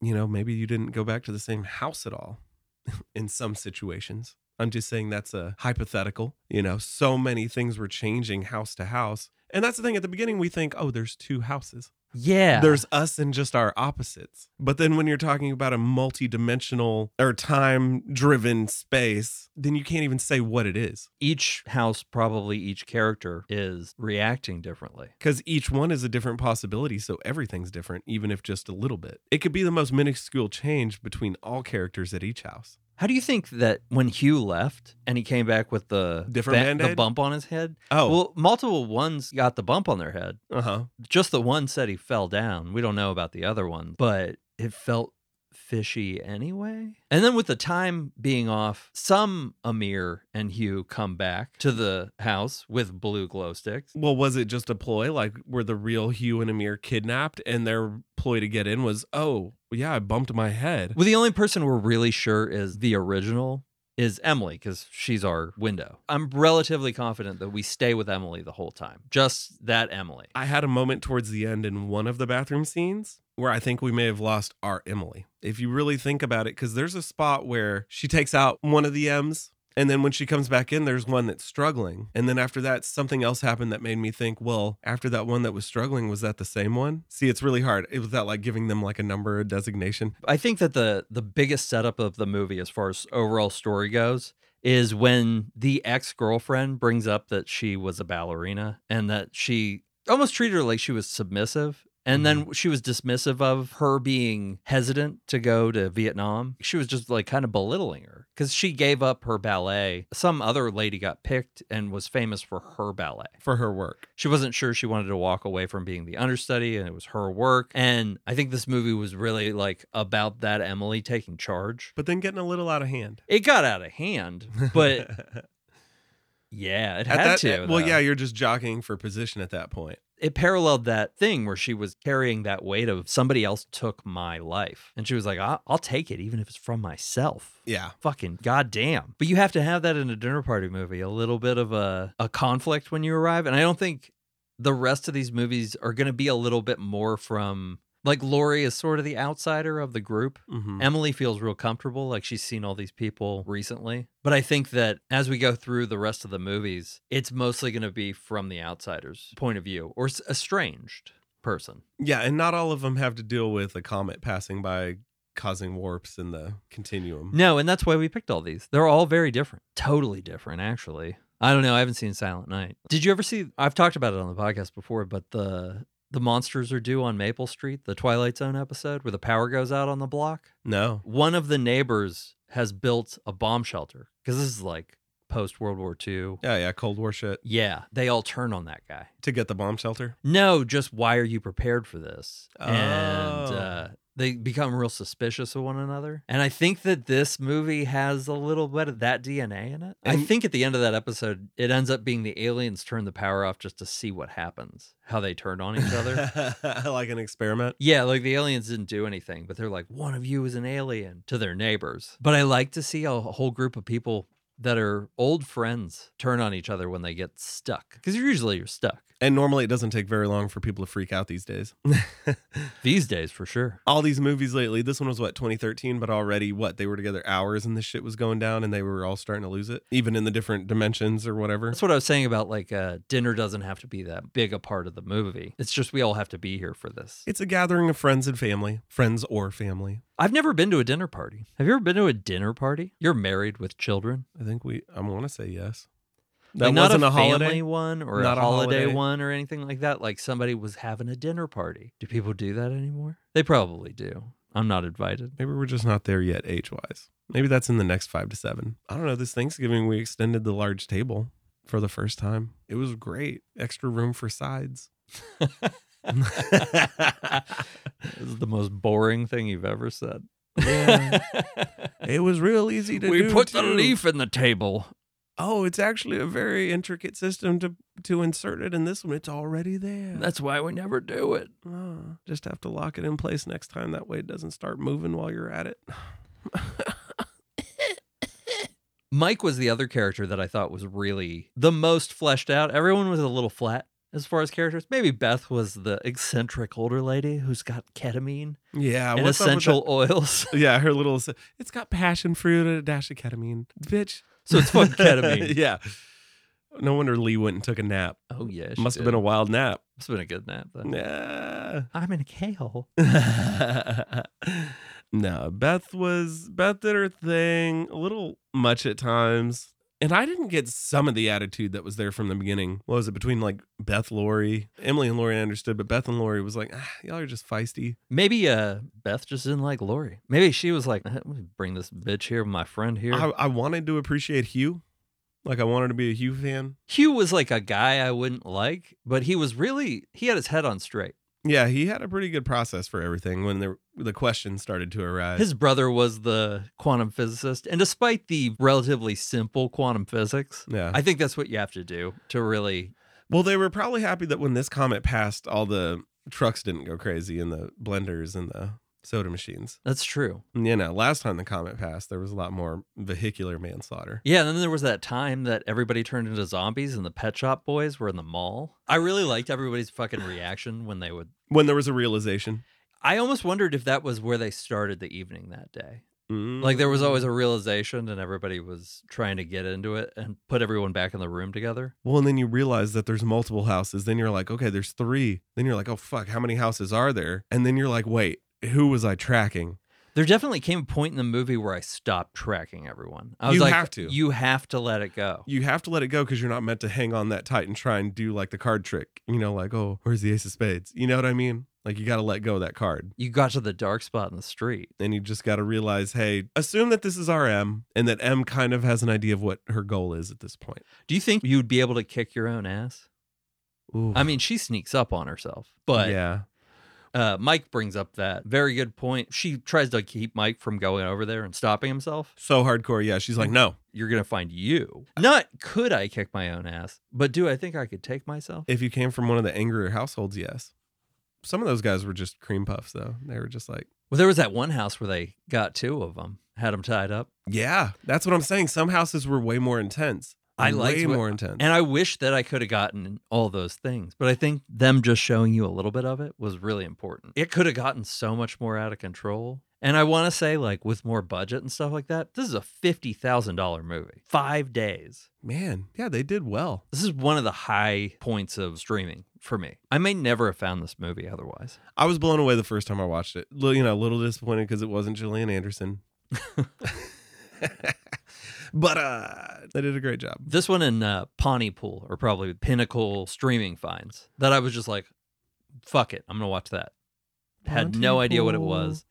[SPEAKER 3] you know, maybe you didn't go back to the same house at all in some situations. I'm just saying that's a hypothetical. You know, so many things were changing house to house. And that's the thing at the beginning, we think, oh, there's two houses.
[SPEAKER 1] Yeah.
[SPEAKER 3] There's us and just our opposites. But then when you're talking about a multi-dimensional or time-driven space, then you can't even say what it is
[SPEAKER 1] each house probably each character is reacting differently.
[SPEAKER 3] because each one is a different possibility, so everything's different even if just a little bit. It could be the most minuscule change between all characters at each house.
[SPEAKER 1] How do you think that when Hugh left and he came back with the
[SPEAKER 3] Different
[SPEAKER 1] the
[SPEAKER 3] Band-Aid?
[SPEAKER 1] bump on his head?
[SPEAKER 3] Oh,
[SPEAKER 1] Well, multiple ones got the bump on their head.
[SPEAKER 3] uh-huh.
[SPEAKER 1] Just the one said he fell down. We don't know about the other one, but it felt fishy anyway. And then with the time being off, some Amir and Hugh come back to the house with blue glow sticks.
[SPEAKER 3] Well, was it just a ploy? Like, were the real Hugh and Amir kidnapped, and their ploy to get in was, oh, yeah, I bumped my head.
[SPEAKER 1] Well, the only person we're really sure is the original is Emily because she's our window. I'm relatively confident that we stay with Emily the whole time, just that Emily.
[SPEAKER 3] I had a moment towards the end in one of the bathroom scenes where I think we may have lost our Emily. If you really think about it, because there's a spot where she takes out one of the M's. And then when she comes back in, there's one that's struggling. And then after that, something else happened that made me think, well, after that one that was struggling, was that the same one? See, it's really hard. It was that like giving them like a number, a designation.
[SPEAKER 1] I think that the the biggest setup of the movie, as far as overall story goes, is when the ex girlfriend brings up that she was a ballerina and that she almost treated her like she was submissive. And then she was dismissive of her being hesitant to go to Vietnam. She was just like kind of belittling her because she gave up her ballet. Some other lady got picked and was famous for her ballet
[SPEAKER 3] For her work.
[SPEAKER 1] she wasn't sure she wanted to walk away from being the understudy and it was her work and i think this movie was really like about that emily taking charge
[SPEAKER 3] But then getting a little out of hand.
[SPEAKER 1] it got out of hand but yeah it had
[SPEAKER 3] At that, e,
[SPEAKER 1] to though.
[SPEAKER 3] well, yeah, you're just jockeying for position at that point.
[SPEAKER 1] it paralleled that thing where she was carrying that weight of somebody else took my life and she was like i'll, I'll take it even if it's from myself
[SPEAKER 3] Yeah.
[SPEAKER 1] fucking goddamn. But you have to have that in a dinner party movie, a little bit of a, a conflict when you arrive. And I don't think the rest of these movies are going to be a little bit more from like Lori is sort of the outsider of the group.
[SPEAKER 3] Mhm.
[SPEAKER 1] Emily feels real comfortable, like she's seen all these people recently. But I think that as we go through the rest of the movies, it's mostly going to be from the outsider's point of view or s- estranged person.
[SPEAKER 3] Yeah, and not all of them have to deal with a comet passing by causing warps in the continuum.
[SPEAKER 1] No, and that's why we picked all these. They're all very different. Totally different, actually. I don't know. I haven't seen Silent Night. Did you ever see I've talked about it on the podcast before, but the the monsters are due on Maple Street, the Twilight Zone episode where the power goes out on the block.
[SPEAKER 3] No.
[SPEAKER 1] One of the neighbors has built a bomb shelter because this is like post World War II.
[SPEAKER 3] Yeah, yeah, Cold War shit
[SPEAKER 1] Yeah, they all turn on that guy.
[SPEAKER 3] to get the bomb shelter.
[SPEAKER 1] No, just why are you prepared for this? And
[SPEAKER 3] Oh.
[SPEAKER 1] uh, they become real suspicious of one another. And I think that this movie has a little bit of that DNA in it. I
[SPEAKER 3] And-
[SPEAKER 1] think at the end of that episode, it ends up being the aliens turn the power off just to see what happens, how they turn on each other.
[SPEAKER 3] like an experiment.
[SPEAKER 1] Yeah, like the aliens didn't do anything, but they're like, one of you is an alien to their neighbors. But I like to see a whole group of people that are old friends turn on each other when they get stuck. Because usually you're stuck
[SPEAKER 3] And normally it doesn't take very long for people to freak out these days.
[SPEAKER 1] these days for sure.
[SPEAKER 3] All these movies lately, this one was what, 2013, but already what? They were together hours and this shit was going down and they were all starting to lose it, even in the different dimensions or whatever.
[SPEAKER 1] That's what I was saying about like uh, dinner doesn't have to be that big a part of the movie. It's just we all have to be here for this.
[SPEAKER 3] It's a gathering of friends and family, friends or family.
[SPEAKER 1] I've never been to a dinner party. Have you ever been to a dinner party? You're married with children.
[SPEAKER 3] I think we, I want to say yes.
[SPEAKER 1] Like,
[SPEAKER 3] That
[SPEAKER 1] not
[SPEAKER 3] wasn't
[SPEAKER 1] a,
[SPEAKER 3] a
[SPEAKER 1] family
[SPEAKER 3] holiday.
[SPEAKER 1] one or
[SPEAKER 3] Not
[SPEAKER 1] a
[SPEAKER 3] a
[SPEAKER 1] holiday,
[SPEAKER 3] holiday.
[SPEAKER 1] one or anything like that. Like somebody was having a dinner party. Do people do that anymore? They probably do. I'm not invited.
[SPEAKER 3] Maybe we're just not there yet, age wise. Maybe that's in the next five to seven. I don't know. This Thanksgiving, we extended the large table for the first time. It was great. Extra room for sides.
[SPEAKER 1] This is the most boring thing you've ever said.
[SPEAKER 3] Yeah. It was real easy to
[SPEAKER 1] we
[SPEAKER 3] do,
[SPEAKER 1] put the
[SPEAKER 3] too.
[SPEAKER 1] leaf in the table.
[SPEAKER 3] Oh, it's actually a very intricate system to to insert it in this one. It's already there.
[SPEAKER 1] That's why we never do it.
[SPEAKER 3] Oh, just have to lock it in place next time. That way, it doesn't start moving while you're at it.
[SPEAKER 1] Mike was the other character that I thought was really the most fleshed out. Everyone was a little flat as far as characters. Maybe Beth was the eccentric older lady who's got ketamine
[SPEAKER 3] Yeah,
[SPEAKER 1] and
[SPEAKER 3] what's up with
[SPEAKER 1] essential oils.
[SPEAKER 3] that- Yeah, her little. It's got passion fruit and a dash of ketamine, bitch.
[SPEAKER 1] so it's fucking ketamine.
[SPEAKER 3] yeah. No wonder Lee went and took a nap.
[SPEAKER 1] Oh yeah, she
[SPEAKER 3] Must have
[SPEAKER 1] did.
[SPEAKER 3] been a wild nap.
[SPEAKER 1] Must have been a good nap. Then.
[SPEAKER 3] Yeah.
[SPEAKER 1] I'm in a K hole.
[SPEAKER 3] no, Beth was Beth did her thing a little much at times. And I didn't get some of the attitude that was there from the beginning. What was it between like Beth Lori? Emily and Lori I understood, but Beth and Lori was like, ah, y'all are just feisty.
[SPEAKER 1] Maybe uh, Beth just didn't like Lori. Maybe she was like, "Eh, "Let me bring this bitch here, my friend here."
[SPEAKER 3] I, I wanted to appreciate Hugh. Like I wanted to be a Hugh fan.
[SPEAKER 1] Hugh was like a guy I wouldn't like, but he was really he had his head on straight.
[SPEAKER 3] Yeah, he had a pretty good process for everything when the the questions started to arise.
[SPEAKER 1] His brother was the quantum physicist, and despite the relatively simple quantum physics,
[SPEAKER 3] yeah.
[SPEAKER 1] I think that's what you have to do to really.
[SPEAKER 3] Well, they were probably happy that when this comet passed, all the trucks didn't go crazy and the blenders and the soda machines.
[SPEAKER 1] That's true.
[SPEAKER 3] You know, last time the comet passed, there was a lot more vehicular manslaughter.
[SPEAKER 1] Yeah, and then there was that time that everybody turned into zombies and the Pet Shop Boys were in the mall. I really liked everybody's fucking reaction when they would.
[SPEAKER 3] When there was a realization,
[SPEAKER 1] I almost wondered if that was where they started the evening that day.
[SPEAKER 3] Mm.
[SPEAKER 1] Like there was always a realization, and everybody was trying to get into it and put everyone back in the room together.
[SPEAKER 3] well, and then you realize that there's multiple houses. Then you're like, okay, there's three. Then you're like, oh fuck, how many houses are there? And then you're like, wait, who was I tracking?
[SPEAKER 1] There definitely came a point in the movie where I stopped tracking everyone. I was
[SPEAKER 3] You
[SPEAKER 1] like,
[SPEAKER 3] have to.
[SPEAKER 1] You have to let it go.
[SPEAKER 3] You have to let it go because you're not meant to hang on that tight and try and do like the card trick. You know, like, oh, where's the ace of spades? You know what I mean? Like, you got to let go of that card.
[SPEAKER 1] You got to the dark spot in the street.
[SPEAKER 3] and you just got to realize, hey, assume that this is our M and that M kind of has an idea of what her goal is at this point.
[SPEAKER 1] Do you think you'd be able to kick your own ass?
[SPEAKER 3] Ooh.
[SPEAKER 1] I mean, she sneaks up on herself, but
[SPEAKER 3] yeah,
[SPEAKER 1] uh, Mike brings up that very good point. She tries to keep Mike from going over there and stopping himself.
[SPEAKER 3] so hardcore. Yeah, she's
[SPEAKER 1] Mm.
[SPEAKER 3] like, no.
[SPEAKER 1] You're going to find you. Not could I kick my own ass, but do I think I could take myself?
[SPEAKER 3] If you came from one of the angrier households, yes. Some of those guys were just cream puffs, though. They were just like,
[SPEAKER 1] Well, there was that one house where they got two of them, had them tied up.
[SPEAKER 3] yeah, that's what I'm saying. Some houses were way more intense.
[SPEAKER 1] I liked
[SPEAKER 3] way
[SPEAKER 1] what-
[SPEAKER 3] more intense.
[SPEAKER 1] And I wish that I could have gotten all those things, but I think them just showing you a little bit of it was really important. It could have gotten so much more out of control. And I want to say, like, with more budget and stuff like that, this is a $50,000 movie. Five days.
[SPEAKER 3] Man, yeah, they did well.
[SPEAKER 1] This is one of the high points of streaming for me. I may never have found this movie otherwise.
[SPEAKER 3] I was blown away the first time I watched it. Li- You know, a little disappointed because it wasn't Gillian Anderson. but uh they did a great job.
[SPEAKER 1] This one and uh, Pontypool are probably pinnacle streaming finds that I was just like, fuck it. I'm going to watch that. Had no idea what it was.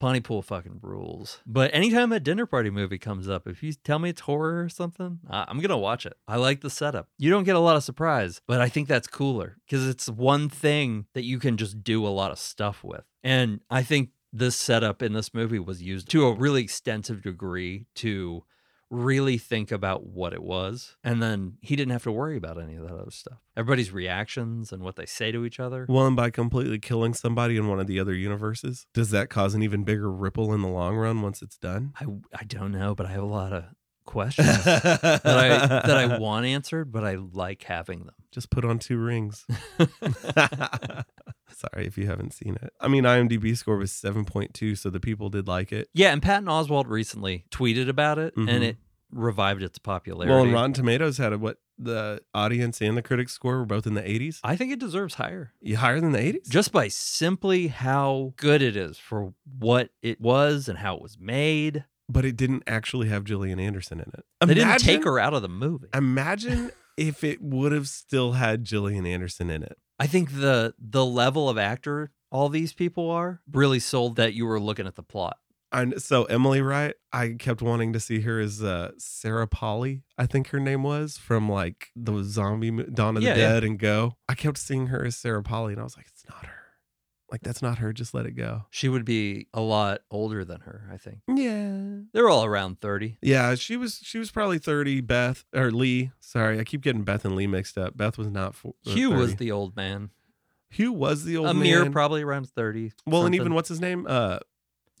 [SPEAKER 1] Pontypool fucking rules. But anytime a dinner party movie comes up, if you tell me it's horror or something, I- I'm going to watch it. I like the setup. You don't get a lot of surprise, but I think that's cooler because it's one thing that you can just do a lot of stuff with. And I think this setup in this movie was used to a really extensive degree to really think about what it was. And then he didn't have to worry about any of that other stuff. Everybody's reactions and what they say to each other.
[SPEAKER 3] Well, and by completely killing somebody in one of the other universes, does that cause an even bigger ripple in the long run once it's done?
[SPEAKER 1] I, I don't know, but I have a lot of questions. that I that I want answered, but I like having
[SPEAKER 3] just put on two rings.
[SPEAKER 1] them.
[SPEAKER 3] Sorry if you haven't seen it. I mean, IMDb score was 7.2, so the people did like it.
[SPEAKER 1] yeah, and Patton Oswald recently tweeted about it,
[SPEAKER 3] Mhm.
[SPEAKER 1] and it revived its popularity.
[SPEAKER 3] Well, and Rotten Tomatoes had a, what the audience and the critics score were both in the 80s.
[SPEAKER 1] I think it deserves higher,
[SPEAKER 3] You higher than the 80s?
[SPEAKER 1] just by simply how good it is for what it was and how it was made.
[SPEAKER 3] but it didn't actually have Gillian Anderson in it.
[SPEAKER 1] They didn't take her out of the movie.
[SPEAKER 3] Imagine if it would have still had Gillian Anderson in it.
[SPEAKER 1] I think the the level of actor all these people are really sold that you were looking at the plot.
[SPEAKER 3] And so Emily Wright, I kept wanting to see her as uh, Sarah Polly, I think her name was from like the zombie mo- Dawn of
[SPEAKER 1] Yeah,
[SPEAKER 3] the
[SPEAKER 1] yeah.
[SPEAKER 3] Dead and Go. I kept seeing her as Sarah Polly, and I was like, it's not her. Like that's not her. Just let it go.
[SPEAKER 1] She would be a lot older than her, I think.
[SPEAKER 3] Yeah.
[SPEAKER 1] They're all around 30.
[SPEAKER 3] Yeah, she was she was probably 30, Beth or Lee. Sorry, I keep getting Beth and Lee mixed up. Beth was not for, uh,
[SPEAKER 1] Hugh was
[SPEAKER 3] 30.
[SPEAKER 1] the old man.
[SPEAKER 3] Hugh was the old
[SPEAKER 1] Amir
[SPEAKER 3] man.
[SPEAKER 1] probably around 30.
[SPEAKER 3] Well, and even
[SPEAKER 1] something.
[SPEAKER 3] what's his name? Uh,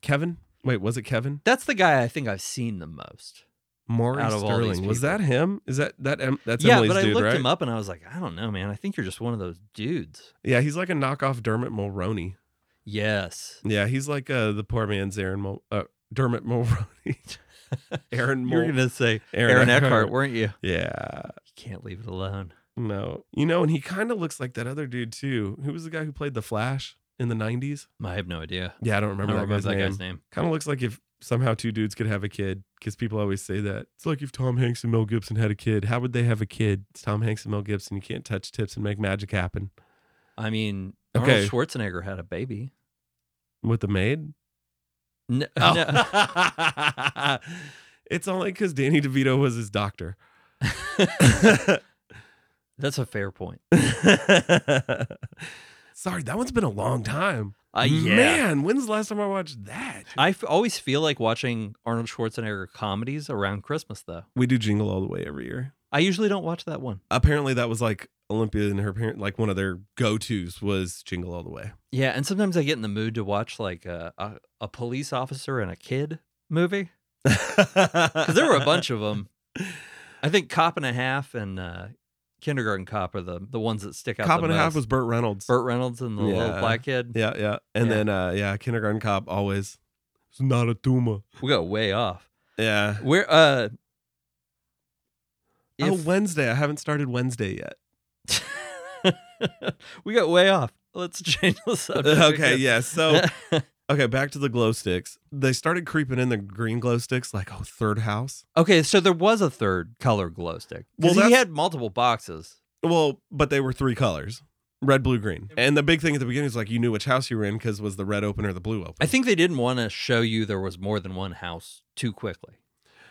[SPEAKER 3] Kevin. Wait, was it Kevin?
[SPEAKER 1] That's the guy I think I've seen the most.
[SPEAKER 3] Maury
[SPEAKER 1] Out of all these
[SPEAKER 3] Sterling. Was
[SPEAKER 1] people.
[SPEAKER 3] that him? Is that that em- that's
[SPEAKER 1] yeah,
[SPEAKER 3] Emily's
[SPEAKER 1] but I
[SPEAKER 3] dude,
[SPEAKER 1] looked
[SPEAKER 3] right?
[SPEAKER 1] him up and I was like, I don't know, man. I think you're just one of those dudes.
[SPEAKER 3] Yeah, he's like a knockoff Dermot Mulroney.
[SPEAKER 1] Yes.
[SPEAKER 3] Yeah, he's like uh, the poor man's Aaron Mul- uh, Dermot Mulroney. Aaron
[SPEAKER 1] You were
[SPEAKER 3] Mul-
[SPEAKER 1] going to say Aaron Eckhart, weren't you?
[SPEAKER 3] Yeah.
[SPEAKER 1] You can't leave it alone.
[SPEAKER 3] No. You know, and he kind of looks like that other dude too. Who was the guy who played the Flash in the 90s?
[SPEAKER 1] I have no idea.
[SPEAKER 3] Yeah, I don't
[SPEAKER 1] I
[SPEAKER 3] remember
[SPEAKER 1] don't remember
[SPEAKER 3] that guy's
[SPEAKER 1] that
[SPEAKER 3] name.
[SPEAKER 1] guy's name.
[SPEAKER 3] Kind of looks like if somehow two dudes could have a kid, because people always say that. It's like if Tom Hanks and Mel Gibson had a kid. How would they have a kid? It's Tom Hanks and Mel Gibson. You can't touch tips and make magic happen
[SPEAKER 1] I mean,
[SPEAKER 3] Okay.
[SPEAKER 1] Arnold Schwarzenegger had a baby.
[SPEAKER 3] with the maid.
[SPEAKER 1] No,
[SPEAKER 3] Oh. No. it's only because Danny DeVito was his doctor.
[SPEAKER 1] no. That's a fair point.
[SPEAKER 3] Sorry, that one's been a long time.
[SPEAKER 1] Uh, yeah.
[SPEAKER 3] Man, when's the last time I watched that?
[SPEAKER 1] I f- always feel like watching Arnold Schwarzenegger comedies around Christmas, though.
[SPEAKER 3] we do Jingle All the Way every year.
[SPEAKER 1] I usually don't watch that one.
[SPEAKER 3] apparently that was like Olympia and her parent like one of their go tos was Jingle All the Way.
[SPEAKER 1] Yeah, and sometimes I get in the mood to watch like uh, a a, a police officer and a kid movie because there were a bunch of them. I think Cop and a Half and uh, Kindergarten Cop are the the ones that stick out.
[SPEAKER 3] Cop
[SPEAKER 1] the
[SPEAKER 3] and a half
[SPEAKER 1] most.
[SPEAKER 3] was Burt Reynolds.
[SPEAKER 1] Burt Reynolds and the
[SPEAKER 3] Yeah.
[SPEAKER 1] little black kid.
[SPEAKER 3] Yeah, yeah, and
[SPEAKER 1] Yeah.
[SPEAKER 3] then uh yeah, Kindergarten Cop always. It's not a tumor.
[SPEAKER 1] We got way off.
[SPEAKER 3] Yeah.
[SPEAKER 1] We're uh,
[SPEAKER 3] Oh,
[SPEAKER 1] if-
[SPEAKER 3] Wednesday. I haven't started Wednesday yet.
[SPEAKER 1] we got way off. Let's change the subject.
[SPEAKER 3] okay,
[SPEAKER 1] again.
[SPEAKER 3] yeah. So okay, back to the glow sticks. They started creeping in the green glow sticks, like oh, third house.
[SPEAKER 1] okay, so there was a third color glow stick.
[SPEAKER 3] Well,
[SPEAKER 1] Well, he
[SPEAKER 3] that's-
[SPEAKER 1] had multiple boxes.
[SPEAKER 3] Well, but they were three colors. Red, blue, green. And the big thing at the beginning is like you knew which house you were in because was the red open or the blue open.
[SPEAKER 1] I think they didn't want to show you there was more than one house too quickly,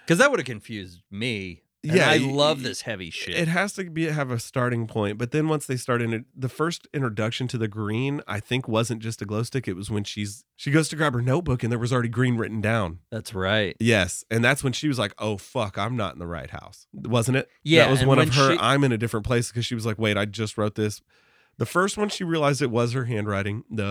[SPEAKER 1] because that would have confused me. And
[SPEAKER 3] Yeah,
[SPEAKER 1] I
[SPEAKER 3] y-
[SPEAKER 1] love
[SPEAKER 3] y-
[SPEAKER 1] this heavy shit.
[SPEAKER 3] It has to be have a starting point, but then once they start in it, the first introduction to the green, I think wasn't just a glow stick. It was when she's she goes to grab her notebook and there was already green written down.
[SPEAKER 1] That's right.
[SPEAKER 3] Yes, and that's when she was like, "Oh fuck, I'm not in the right house," wasn't it?
[SPEAKER 1] Yeah,
[SPEAKER 3] that was
[SPEAKER 1] and
[SPEAKER 3] one of
[SPEAKER 1] when
[SPEAKER 3] her.
[SPEAKER 1] she-
[SPEAKER 3] I'm in a different place because she was like, "Wait, I just wrote this." The first one she realized it was her handwriting. The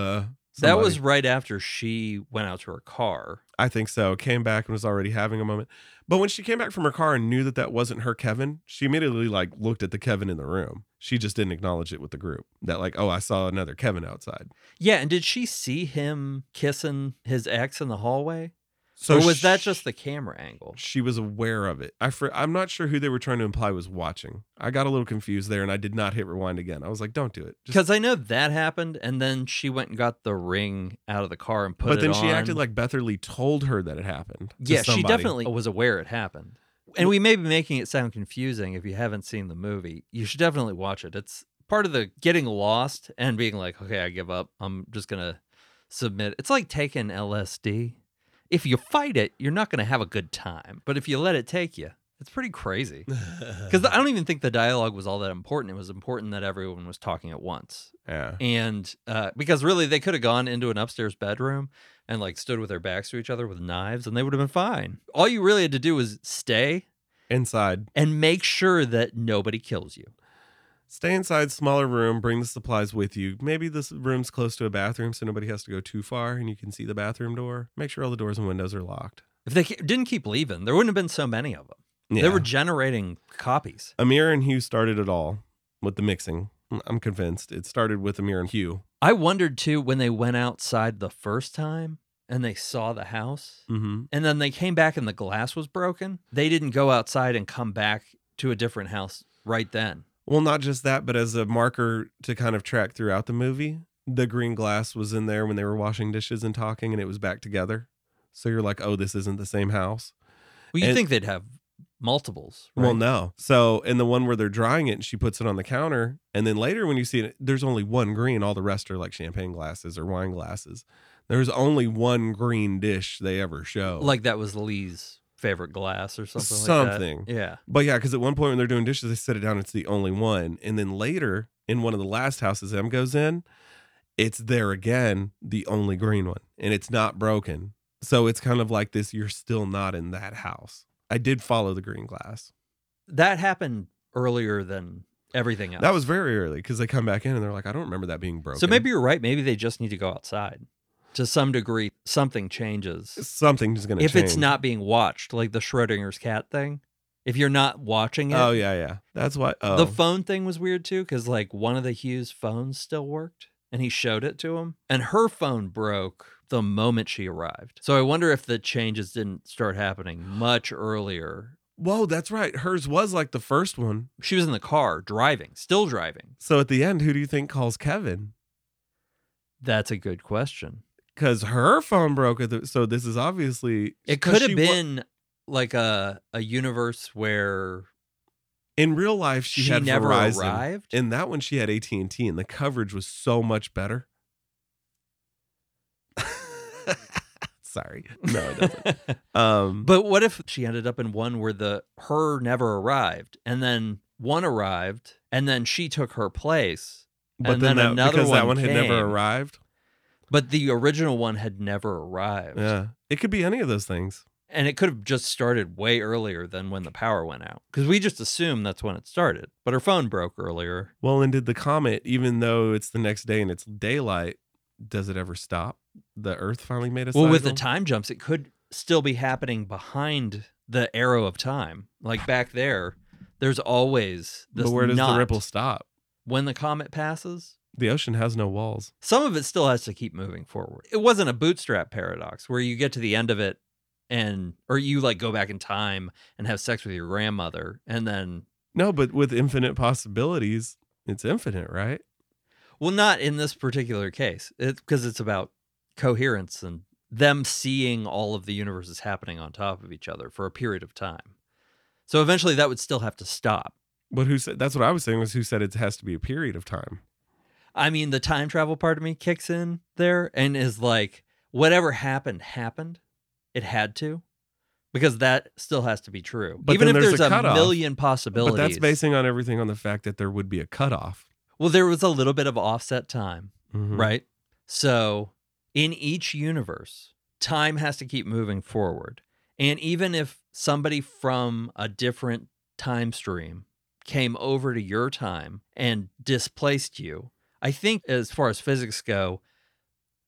[SPEAKER 1] That
[SPEAKER 3] Somebody.
[SPEAKER 1] was right after she went out to her car.
[SPEAKER 3] I think so. Came back and was already having a moment. But when she came back from her car and knew that that wasn't her Kevin, she immediately like looked at the Kevin in the room. She just didn't acknowledge it with the group. That like, oh, I saw another Kevin outside.
[SPEAKER 1] Yeah, and did she see him kissing his ex in the hallway?
[SPEAKER 3] So
[SPEAKER 1] or was that
[SPEAKER 3] sh-
[SPEAKER 1] just the camera angle?
[SPEAKER 3] She was aware of it. I fr- I'm not sure who they were trying to imply was watching. I got a little confused there, and I did not hit rewind again. I was like, don't do it. Just-
[SPEAKER 1] Because I know that happened, and then she went and got the ring out of the car and put
[SPEAKER 3] but
[SPEAKER 1] it
[SPEAKER 3] then she
[SPEAKER 1] on.
[SPEAKER 3] acted like Betherly told her that it happened. to
[SPEAKER 1] yeah, she
[SPEAKER 3] somebody.
[SPEAKER 1] definitely was aware it happened. And we may be making it sound confusing if you haven't seen the movie. You should definitely watch it. It's part of the getting lost and being like, okay, I give up. I'm just gonna submit. It's like taking LSD. If you fight it, you're not gonna have a good time. But if you let it take you, it's pretty crazy. Because I don't even think the dialogue was all that important. It was important that everyone was talking at once.
[SPEAKER 3] Yeah.
[SPEAKER 1] And uh, because really, they could have gone into an upstairs bedroom and like stood with their backs to each other with knives and they would have been fine. All you really had to do was stay
[SPEAKER 3] Inside.
[SPEAKER 1] and make sure that nobody kills you.
[SPEAKER 3] Stay inside, smaller room, bring the supplies with you. Maybe this room's close to a bathroom so nobody has to go too far and you can see the bathroom door. Make sure all the doors and windows are locked.
[SPEAKER 1] If they ke- didn't keep leaving, there wouldn't have been so many of them.
[SPEAKER 3] Yeah.
[SPEAKER 1] They were generating copies.
[SPEAKER 3] Amir and Hugh started it all with the mixing. I'm convinced it started with Amir and Hugh.
[SPEAKER 1] I wondered too when they went outside the first time and they saw the house.
[SPEAKER 3] Mm-hmm.
[SPEAKER 1] and then they came back and the glass was broken. They didn't go outside and come back to a different house right then.
[SPEAKER 3] Well, not just that, but as a marker to kind of track throughout the movie, the green glass was in there when they were washing dishes and talking and it was back together. So you're like, oh, this isn't the same house.
[SPEAKER 1] Well, you
[SPEAKER 3] And-
[SPEAKER 1] think they'd have multiples. Right?
[SPEAKER 3] Well, no. So in the one where they're drying it and she puts it on the counter, and then later when you see it, there's only one green. All the rest are like champagne glasses or wine glasses. There's only one green dish they ever show.
[SPEAKER 1] like that was Lee's favorite glass or something.
[SPEAKER 3] Something.
[SPEAKER 1] Like that. Yeah.
[SPEAKER 3] but yeah, because at one point when they're doing dishes, they set it down. It's the only one, and then later in one of the last houses M goes in, it's there again, the only green one, and it's not broken. So it's kind of like this: you're still not in that house. I did follow the green glass.
[SPEAKER 1] That happened earlier than everything else.
[SPEAKER 3] That was very early because they come back in and they're like, I don't remember that being broken.
[SPEAKER 1] So maybe you're right. Maybe they just need to go outside. To some degree, something changes.
[SPEAKER 3] something's going to
[SPEAKER 1] If it's not being watched, like the Schrodinger's cat thing, if you're not watching it,
[SPEAKER 3] Oh, yeah, yeah. That's why. Oh.
[SPEAKER 1] The phone thing was weird too, because like one of the Hughes phones still worked and he showed it to him. And her phone broke the moment she arrived. So I wonder if the changes didn't start happening much earlier.
[SPEAKER 3] Whoa, that's right. Hers was like the first one.
[SPEAKER 1] She was in the car driving, still driving.
[SPEAKER 3] So at the end, who do you think calls Kevin?
[SPEAKER 1] That's a good question.
[SPEAKER 3] Because her phone broke. At the, so this is obviously.
[SPEAKER 1] It
[SPEAKER 3] 'cause
[SPEAKER 1] could have
[SPEAKER 3] she wa-
[SPEAKER 1] been like a a universe where
[SPEAKER 3] in real life, she,
[SPEAKER 1] she,
[SPEAKER 3] had
[SPEAKER 1] never
[SPEAKER 3] Verizon.
[SPEAKER 1] arrived.
[SPEAKER 3] In that one, she had AT and T, and the coverage was so much better. Sorry, no, it doesn't. Um,
[SPEAKER 1] But what if she ended up in one where the her never arrived and then one arrived and then she took her place,
[SPEAKER 3] but
[SPEAKER 1] and
[SPEAKER 3] then,
[SPEAKER 1] then
[SPEAKER 3] that,
[SPEAKER 1] another
[SPEAKER 3] because that
[SPEAKER 1] one
[SPEAKER 3] one had
[SPEAKER 1] came.
[SPEAKER 3] never arrived.
[SPEAKER 1] but the original one had never arrived.
[SPEAKER 3] Yeah, it could be any of those things.
[SPEAKER 1] And it could have just started way earlier than when the power went out because we just assume that's when it started. But her phone broke earlier.
[SPEAKER 3] Well, and did the comet, even though it's the next day and it's daylight, does it ever stop? The Earth finally made a
[SPEAKER 1] Well, with the
[SPEAKER 3] cycle?
[SPEAKER 1] time jumps, it could still be happening behind the arrow of time, like back there. There's always this
[SPEAKER 3] But where does
[SPEAKER 1] knot
[SPEAKER 3] the ripple stop?
[SPEAKER 1] when the comet passes.
[SPEAKER 3] The ocean has no walls.
[SPEAKER 1] some of it still has to keep moving forward. It wasn't a bootstrap paradox where you get to the end of it and or you like go back in time and have sex with your grandmother and then
[SPEAKER 3] No, but with infinite possibilities, it's infinite, right?
[SPEAKER 1] well not in this particular case it's because it's about coherence and them seeing all of the universes happening on top of each other for a period of time so eventually that would still have to stop
[SPEAKER 3] But who said that's what I was saying was who said it has to be a period of time?
[SPEAKER 1] i mean the time travel part of me kicks in there and is like whatever happened happened it had to because that still has to be true
[SPEAKER 3] But
[SPEAKER 1] even
[SPEAKER 3] then
[SPEAKER 1] if
[SPEAKER 3] there's
[SPEAKER 1] there's,
[SPEAKER 3] a
[SPEAKER 1] a,
[SPEAKER 3] cutoff.
[SPEAKER 1] million
[SPEAKER 3] But
[SPEAKER 1] possibilities
[SPEAKER 3] that's basing on everything on the fact that there would be a cutoff.
[SPEAKER 1] well there was a little bit of offset time
[SPEAKER 3] Mhm.
[SPEAKER 1] right so in each universe time has to keep moving forward and even if somebody from a different time stream came over to your time and displaced you i think as far as physics go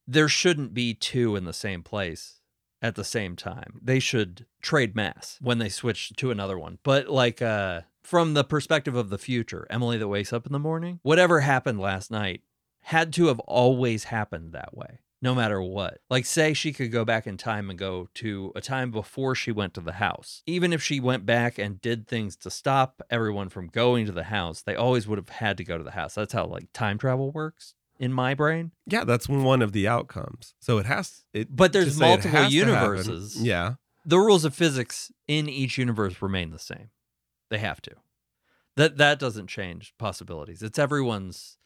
[SPEAKER 1] there shouldn't be two in the same place at the same time. They should trade mass when they switch to another one. But like uh from the perspective of the future, Emily that wakes up in the morning, whatever happened last night had to have always happened that way. No matter what. Like, say she could go back in time and go to a time before she went to the house. Even if she went back and did things to stop everyone from going to the house, they always would have had to go to the house. That's how, like, time travel works in my brain.
[SPEAKER 3] Yeah, that's one of the outcomes. So it has it.
[SPEAKER 1] But
[SPEAKER 3] to
[SPEAKER 1] there's
[SPEAKER 3] say it
[SPEAKER 1] multiple
[SPEAKER 3] has to happen-
[SPEAKER 1] universes.
[SPEAKER 3] Yeah.
[SPEAKER 1] The rules of physics in each universe remain the same. They have to. That that doesn't change possibilities. It's everyone's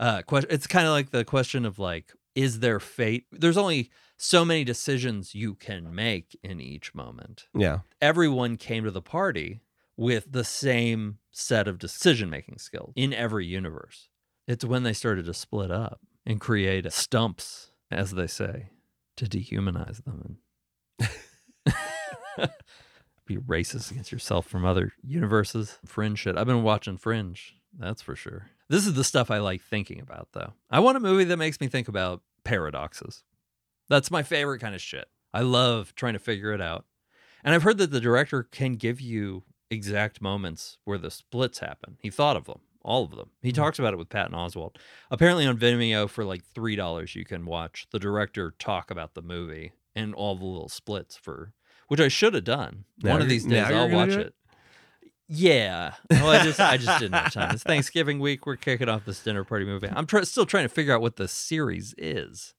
[SPEAKER 1] uh question. It's kind of like the question of like, is there fate? There's only so many decisions you can make in each moment.
[SPEAKER 3] Yeah.
[SPEAKER 1] Everyone came to the party with the same set of decision making skills in every universe. It's when they started to split up and create stumps, as they say, to dehumanize them and be racist against yourself from other universes. Fringe shit. I've been watching Fringe, that's for sure. This is the stuff I like thinking about, though. I want a movie that makes me think about paradoxes. That's my favorite kind of shit. I love trying to figure it out. And I've heard that the director can give you exact moments where the splits happen. He thought of them, all of them. He
[SPEAKER 3] Mm-hmm.
[SPEAKER 1] talks about it with Patton Oswald. Apparently on Vimeo for like three dollars, you can watch the director talk about the movie and all the little splits for which I should have done.
[SPEAKER 3] Now
[SPEAKER 1] One of
[SPEAKER 3] you're-
[SPEAKER 1] these days
[SPEAKER 3] now you're
[SPEAKER 1] I'll
[SPEAKER 3] gonna
[SPEAKER 1] watch
[SPEAKER 3] do
[SPEAKER 1] it.
[SPEAKER 3] it?
[SPEAKER 1] Yeah. Well, I just I just didn't have time. It's Thanksgiving week. We're kicking off this dinner party movie. I'm try- still trying to figure out what the series is.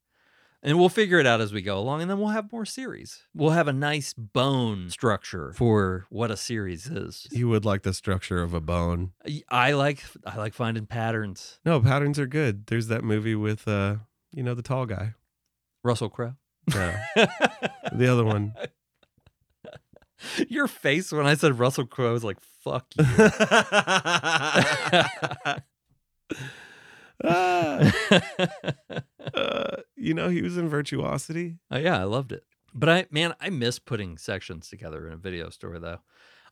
[SPEAKER 1] And we'll figure it out as we go along, and then we'll have more series. We'll have a nice bone structure for what a series is.
[SPEAKER 3] You would like the structure of a bone.
[SPEAKER 1] I like I like finding patterns.
[SPEAKER 3] No, patterns are good. There's that movie with uh, you know, the tall guy.
[SPEAKER 1] Russell Crowe.
[SPEAKER 3] No, the other one.
[SPEAKER 1] Your face when I said Russell Crowe was like fuck you.
[SPEAKER 3] Ah,
[SPEAKER 1] Uh,
[SPEAKER 3] uh, you know, he was in Virtuosity.
[SPEAKER 1] Oh, yeah, I loved it. But I man, I miss putting sections together in a video store though.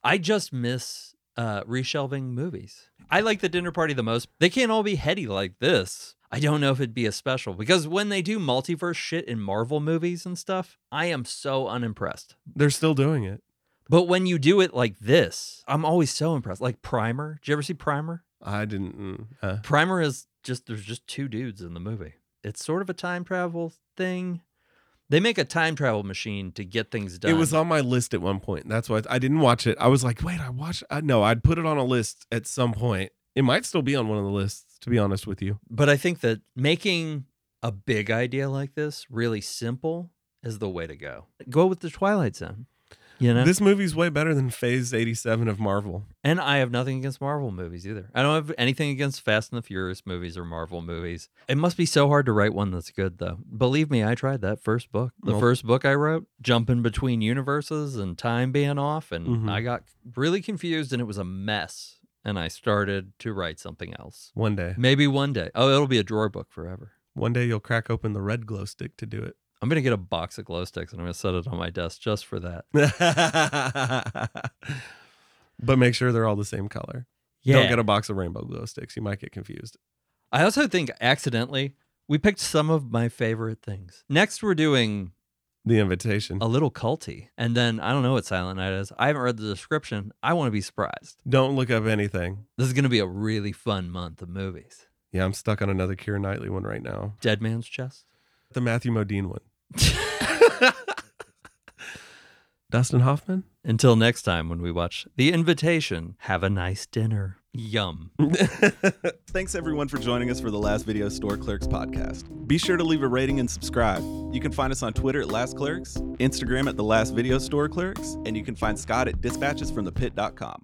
[SPEAKER 1] I just miss uh reshelving movies. I like the dinner party the most. They can't all be heady like this. I don't know if it'd be a special because when they do multiverse shit in Marvel movies and stuff, I am so unimpressed.
[SPEAKER 3] They're still doing it.
[SPEAKER 1] But when you do it like this, I'm always so impressed. Like Primer. Did you ever see Primer?
[SPEAKER 3] I didn't. mm, Uh,
[SPEAKER 1] Primer is just there's just two dudes in the movie. It's sort of a time travel thing. They make a time travel machine to get things done.
[SPEAKER 3] it was on my list at one point. That's why I didn't watch it. I was like, wait, I watched. I, no, I'd put it on a list at some point. It might still be on one of the lists, to be honest with you.
[SPEAKER 1] but I think that making a big idea like this really simple is the way to go. Go with the Twilight Zone. You know?
[SPEAKER 3] This movie's way better than Phase 87 of Marvel.
[SPEAKER 1] and I have nothing against Marvel movies either. I don't have anything against Fast and the Furious movies or Marvel movies. It must be so hard to write one that's good though. Believe me, I tried that first book. The
[SPEAKER 3] Well-
[SPEAKER 1] first book I wrote, jumping between universes and time being off and
[SPEAKER 3] Mhm.
[SPEAKER 1] I got really confused and it was a mess and I started to write something else.
[SPEAKER 3] One day,
[SPEAKER 1] Maybe one day. Oh, it'll be a drawer book forever.
[SPEAKER 3] one day you'll crack open the red glow stick to do it.
[SPEAKER 1] I'm gonna get a box of glow sticks and I'm gonna set it on my desk just for that.
[SPEAKER 3] but make sure they're all the same color. Don't get a box of rainbow glow sticks. You might get confused.
[SPEAKER 1] I also think accidentally we picked some of my favorite things. Next, we're doing
[SPEAKER 3] The invitation.
[SPEAKER 1] a little culty, and then I don't know what Silent Night is. I haven't read the description. I want to be surprised.
[SPEAKER 3] Don't look up anything.
[SPEAKER 1] This is gonna be a really fun month of movies.
[SPEAKER 3] Yeah, I'm stuck on another Keira Knightley one right now.
[SPEAKER 1] Dead Man's Chest.
[SPEAKER 3] The Matthew Modine one. Dustin Hoffman?
[SPEAKER 1] Until next time, when we watch The Invitation, have a nice dinner. Yum.
[SPEAKER 2] Thanks everyone for joining us for the Last Video Store Clerks podcast. Be sure to leave a rating and subscribe. You can find us on Twitter at Last Clerks, Instagram at The Last Video Store Clerks, and you can find Scott at dispatchesfromthepit.com.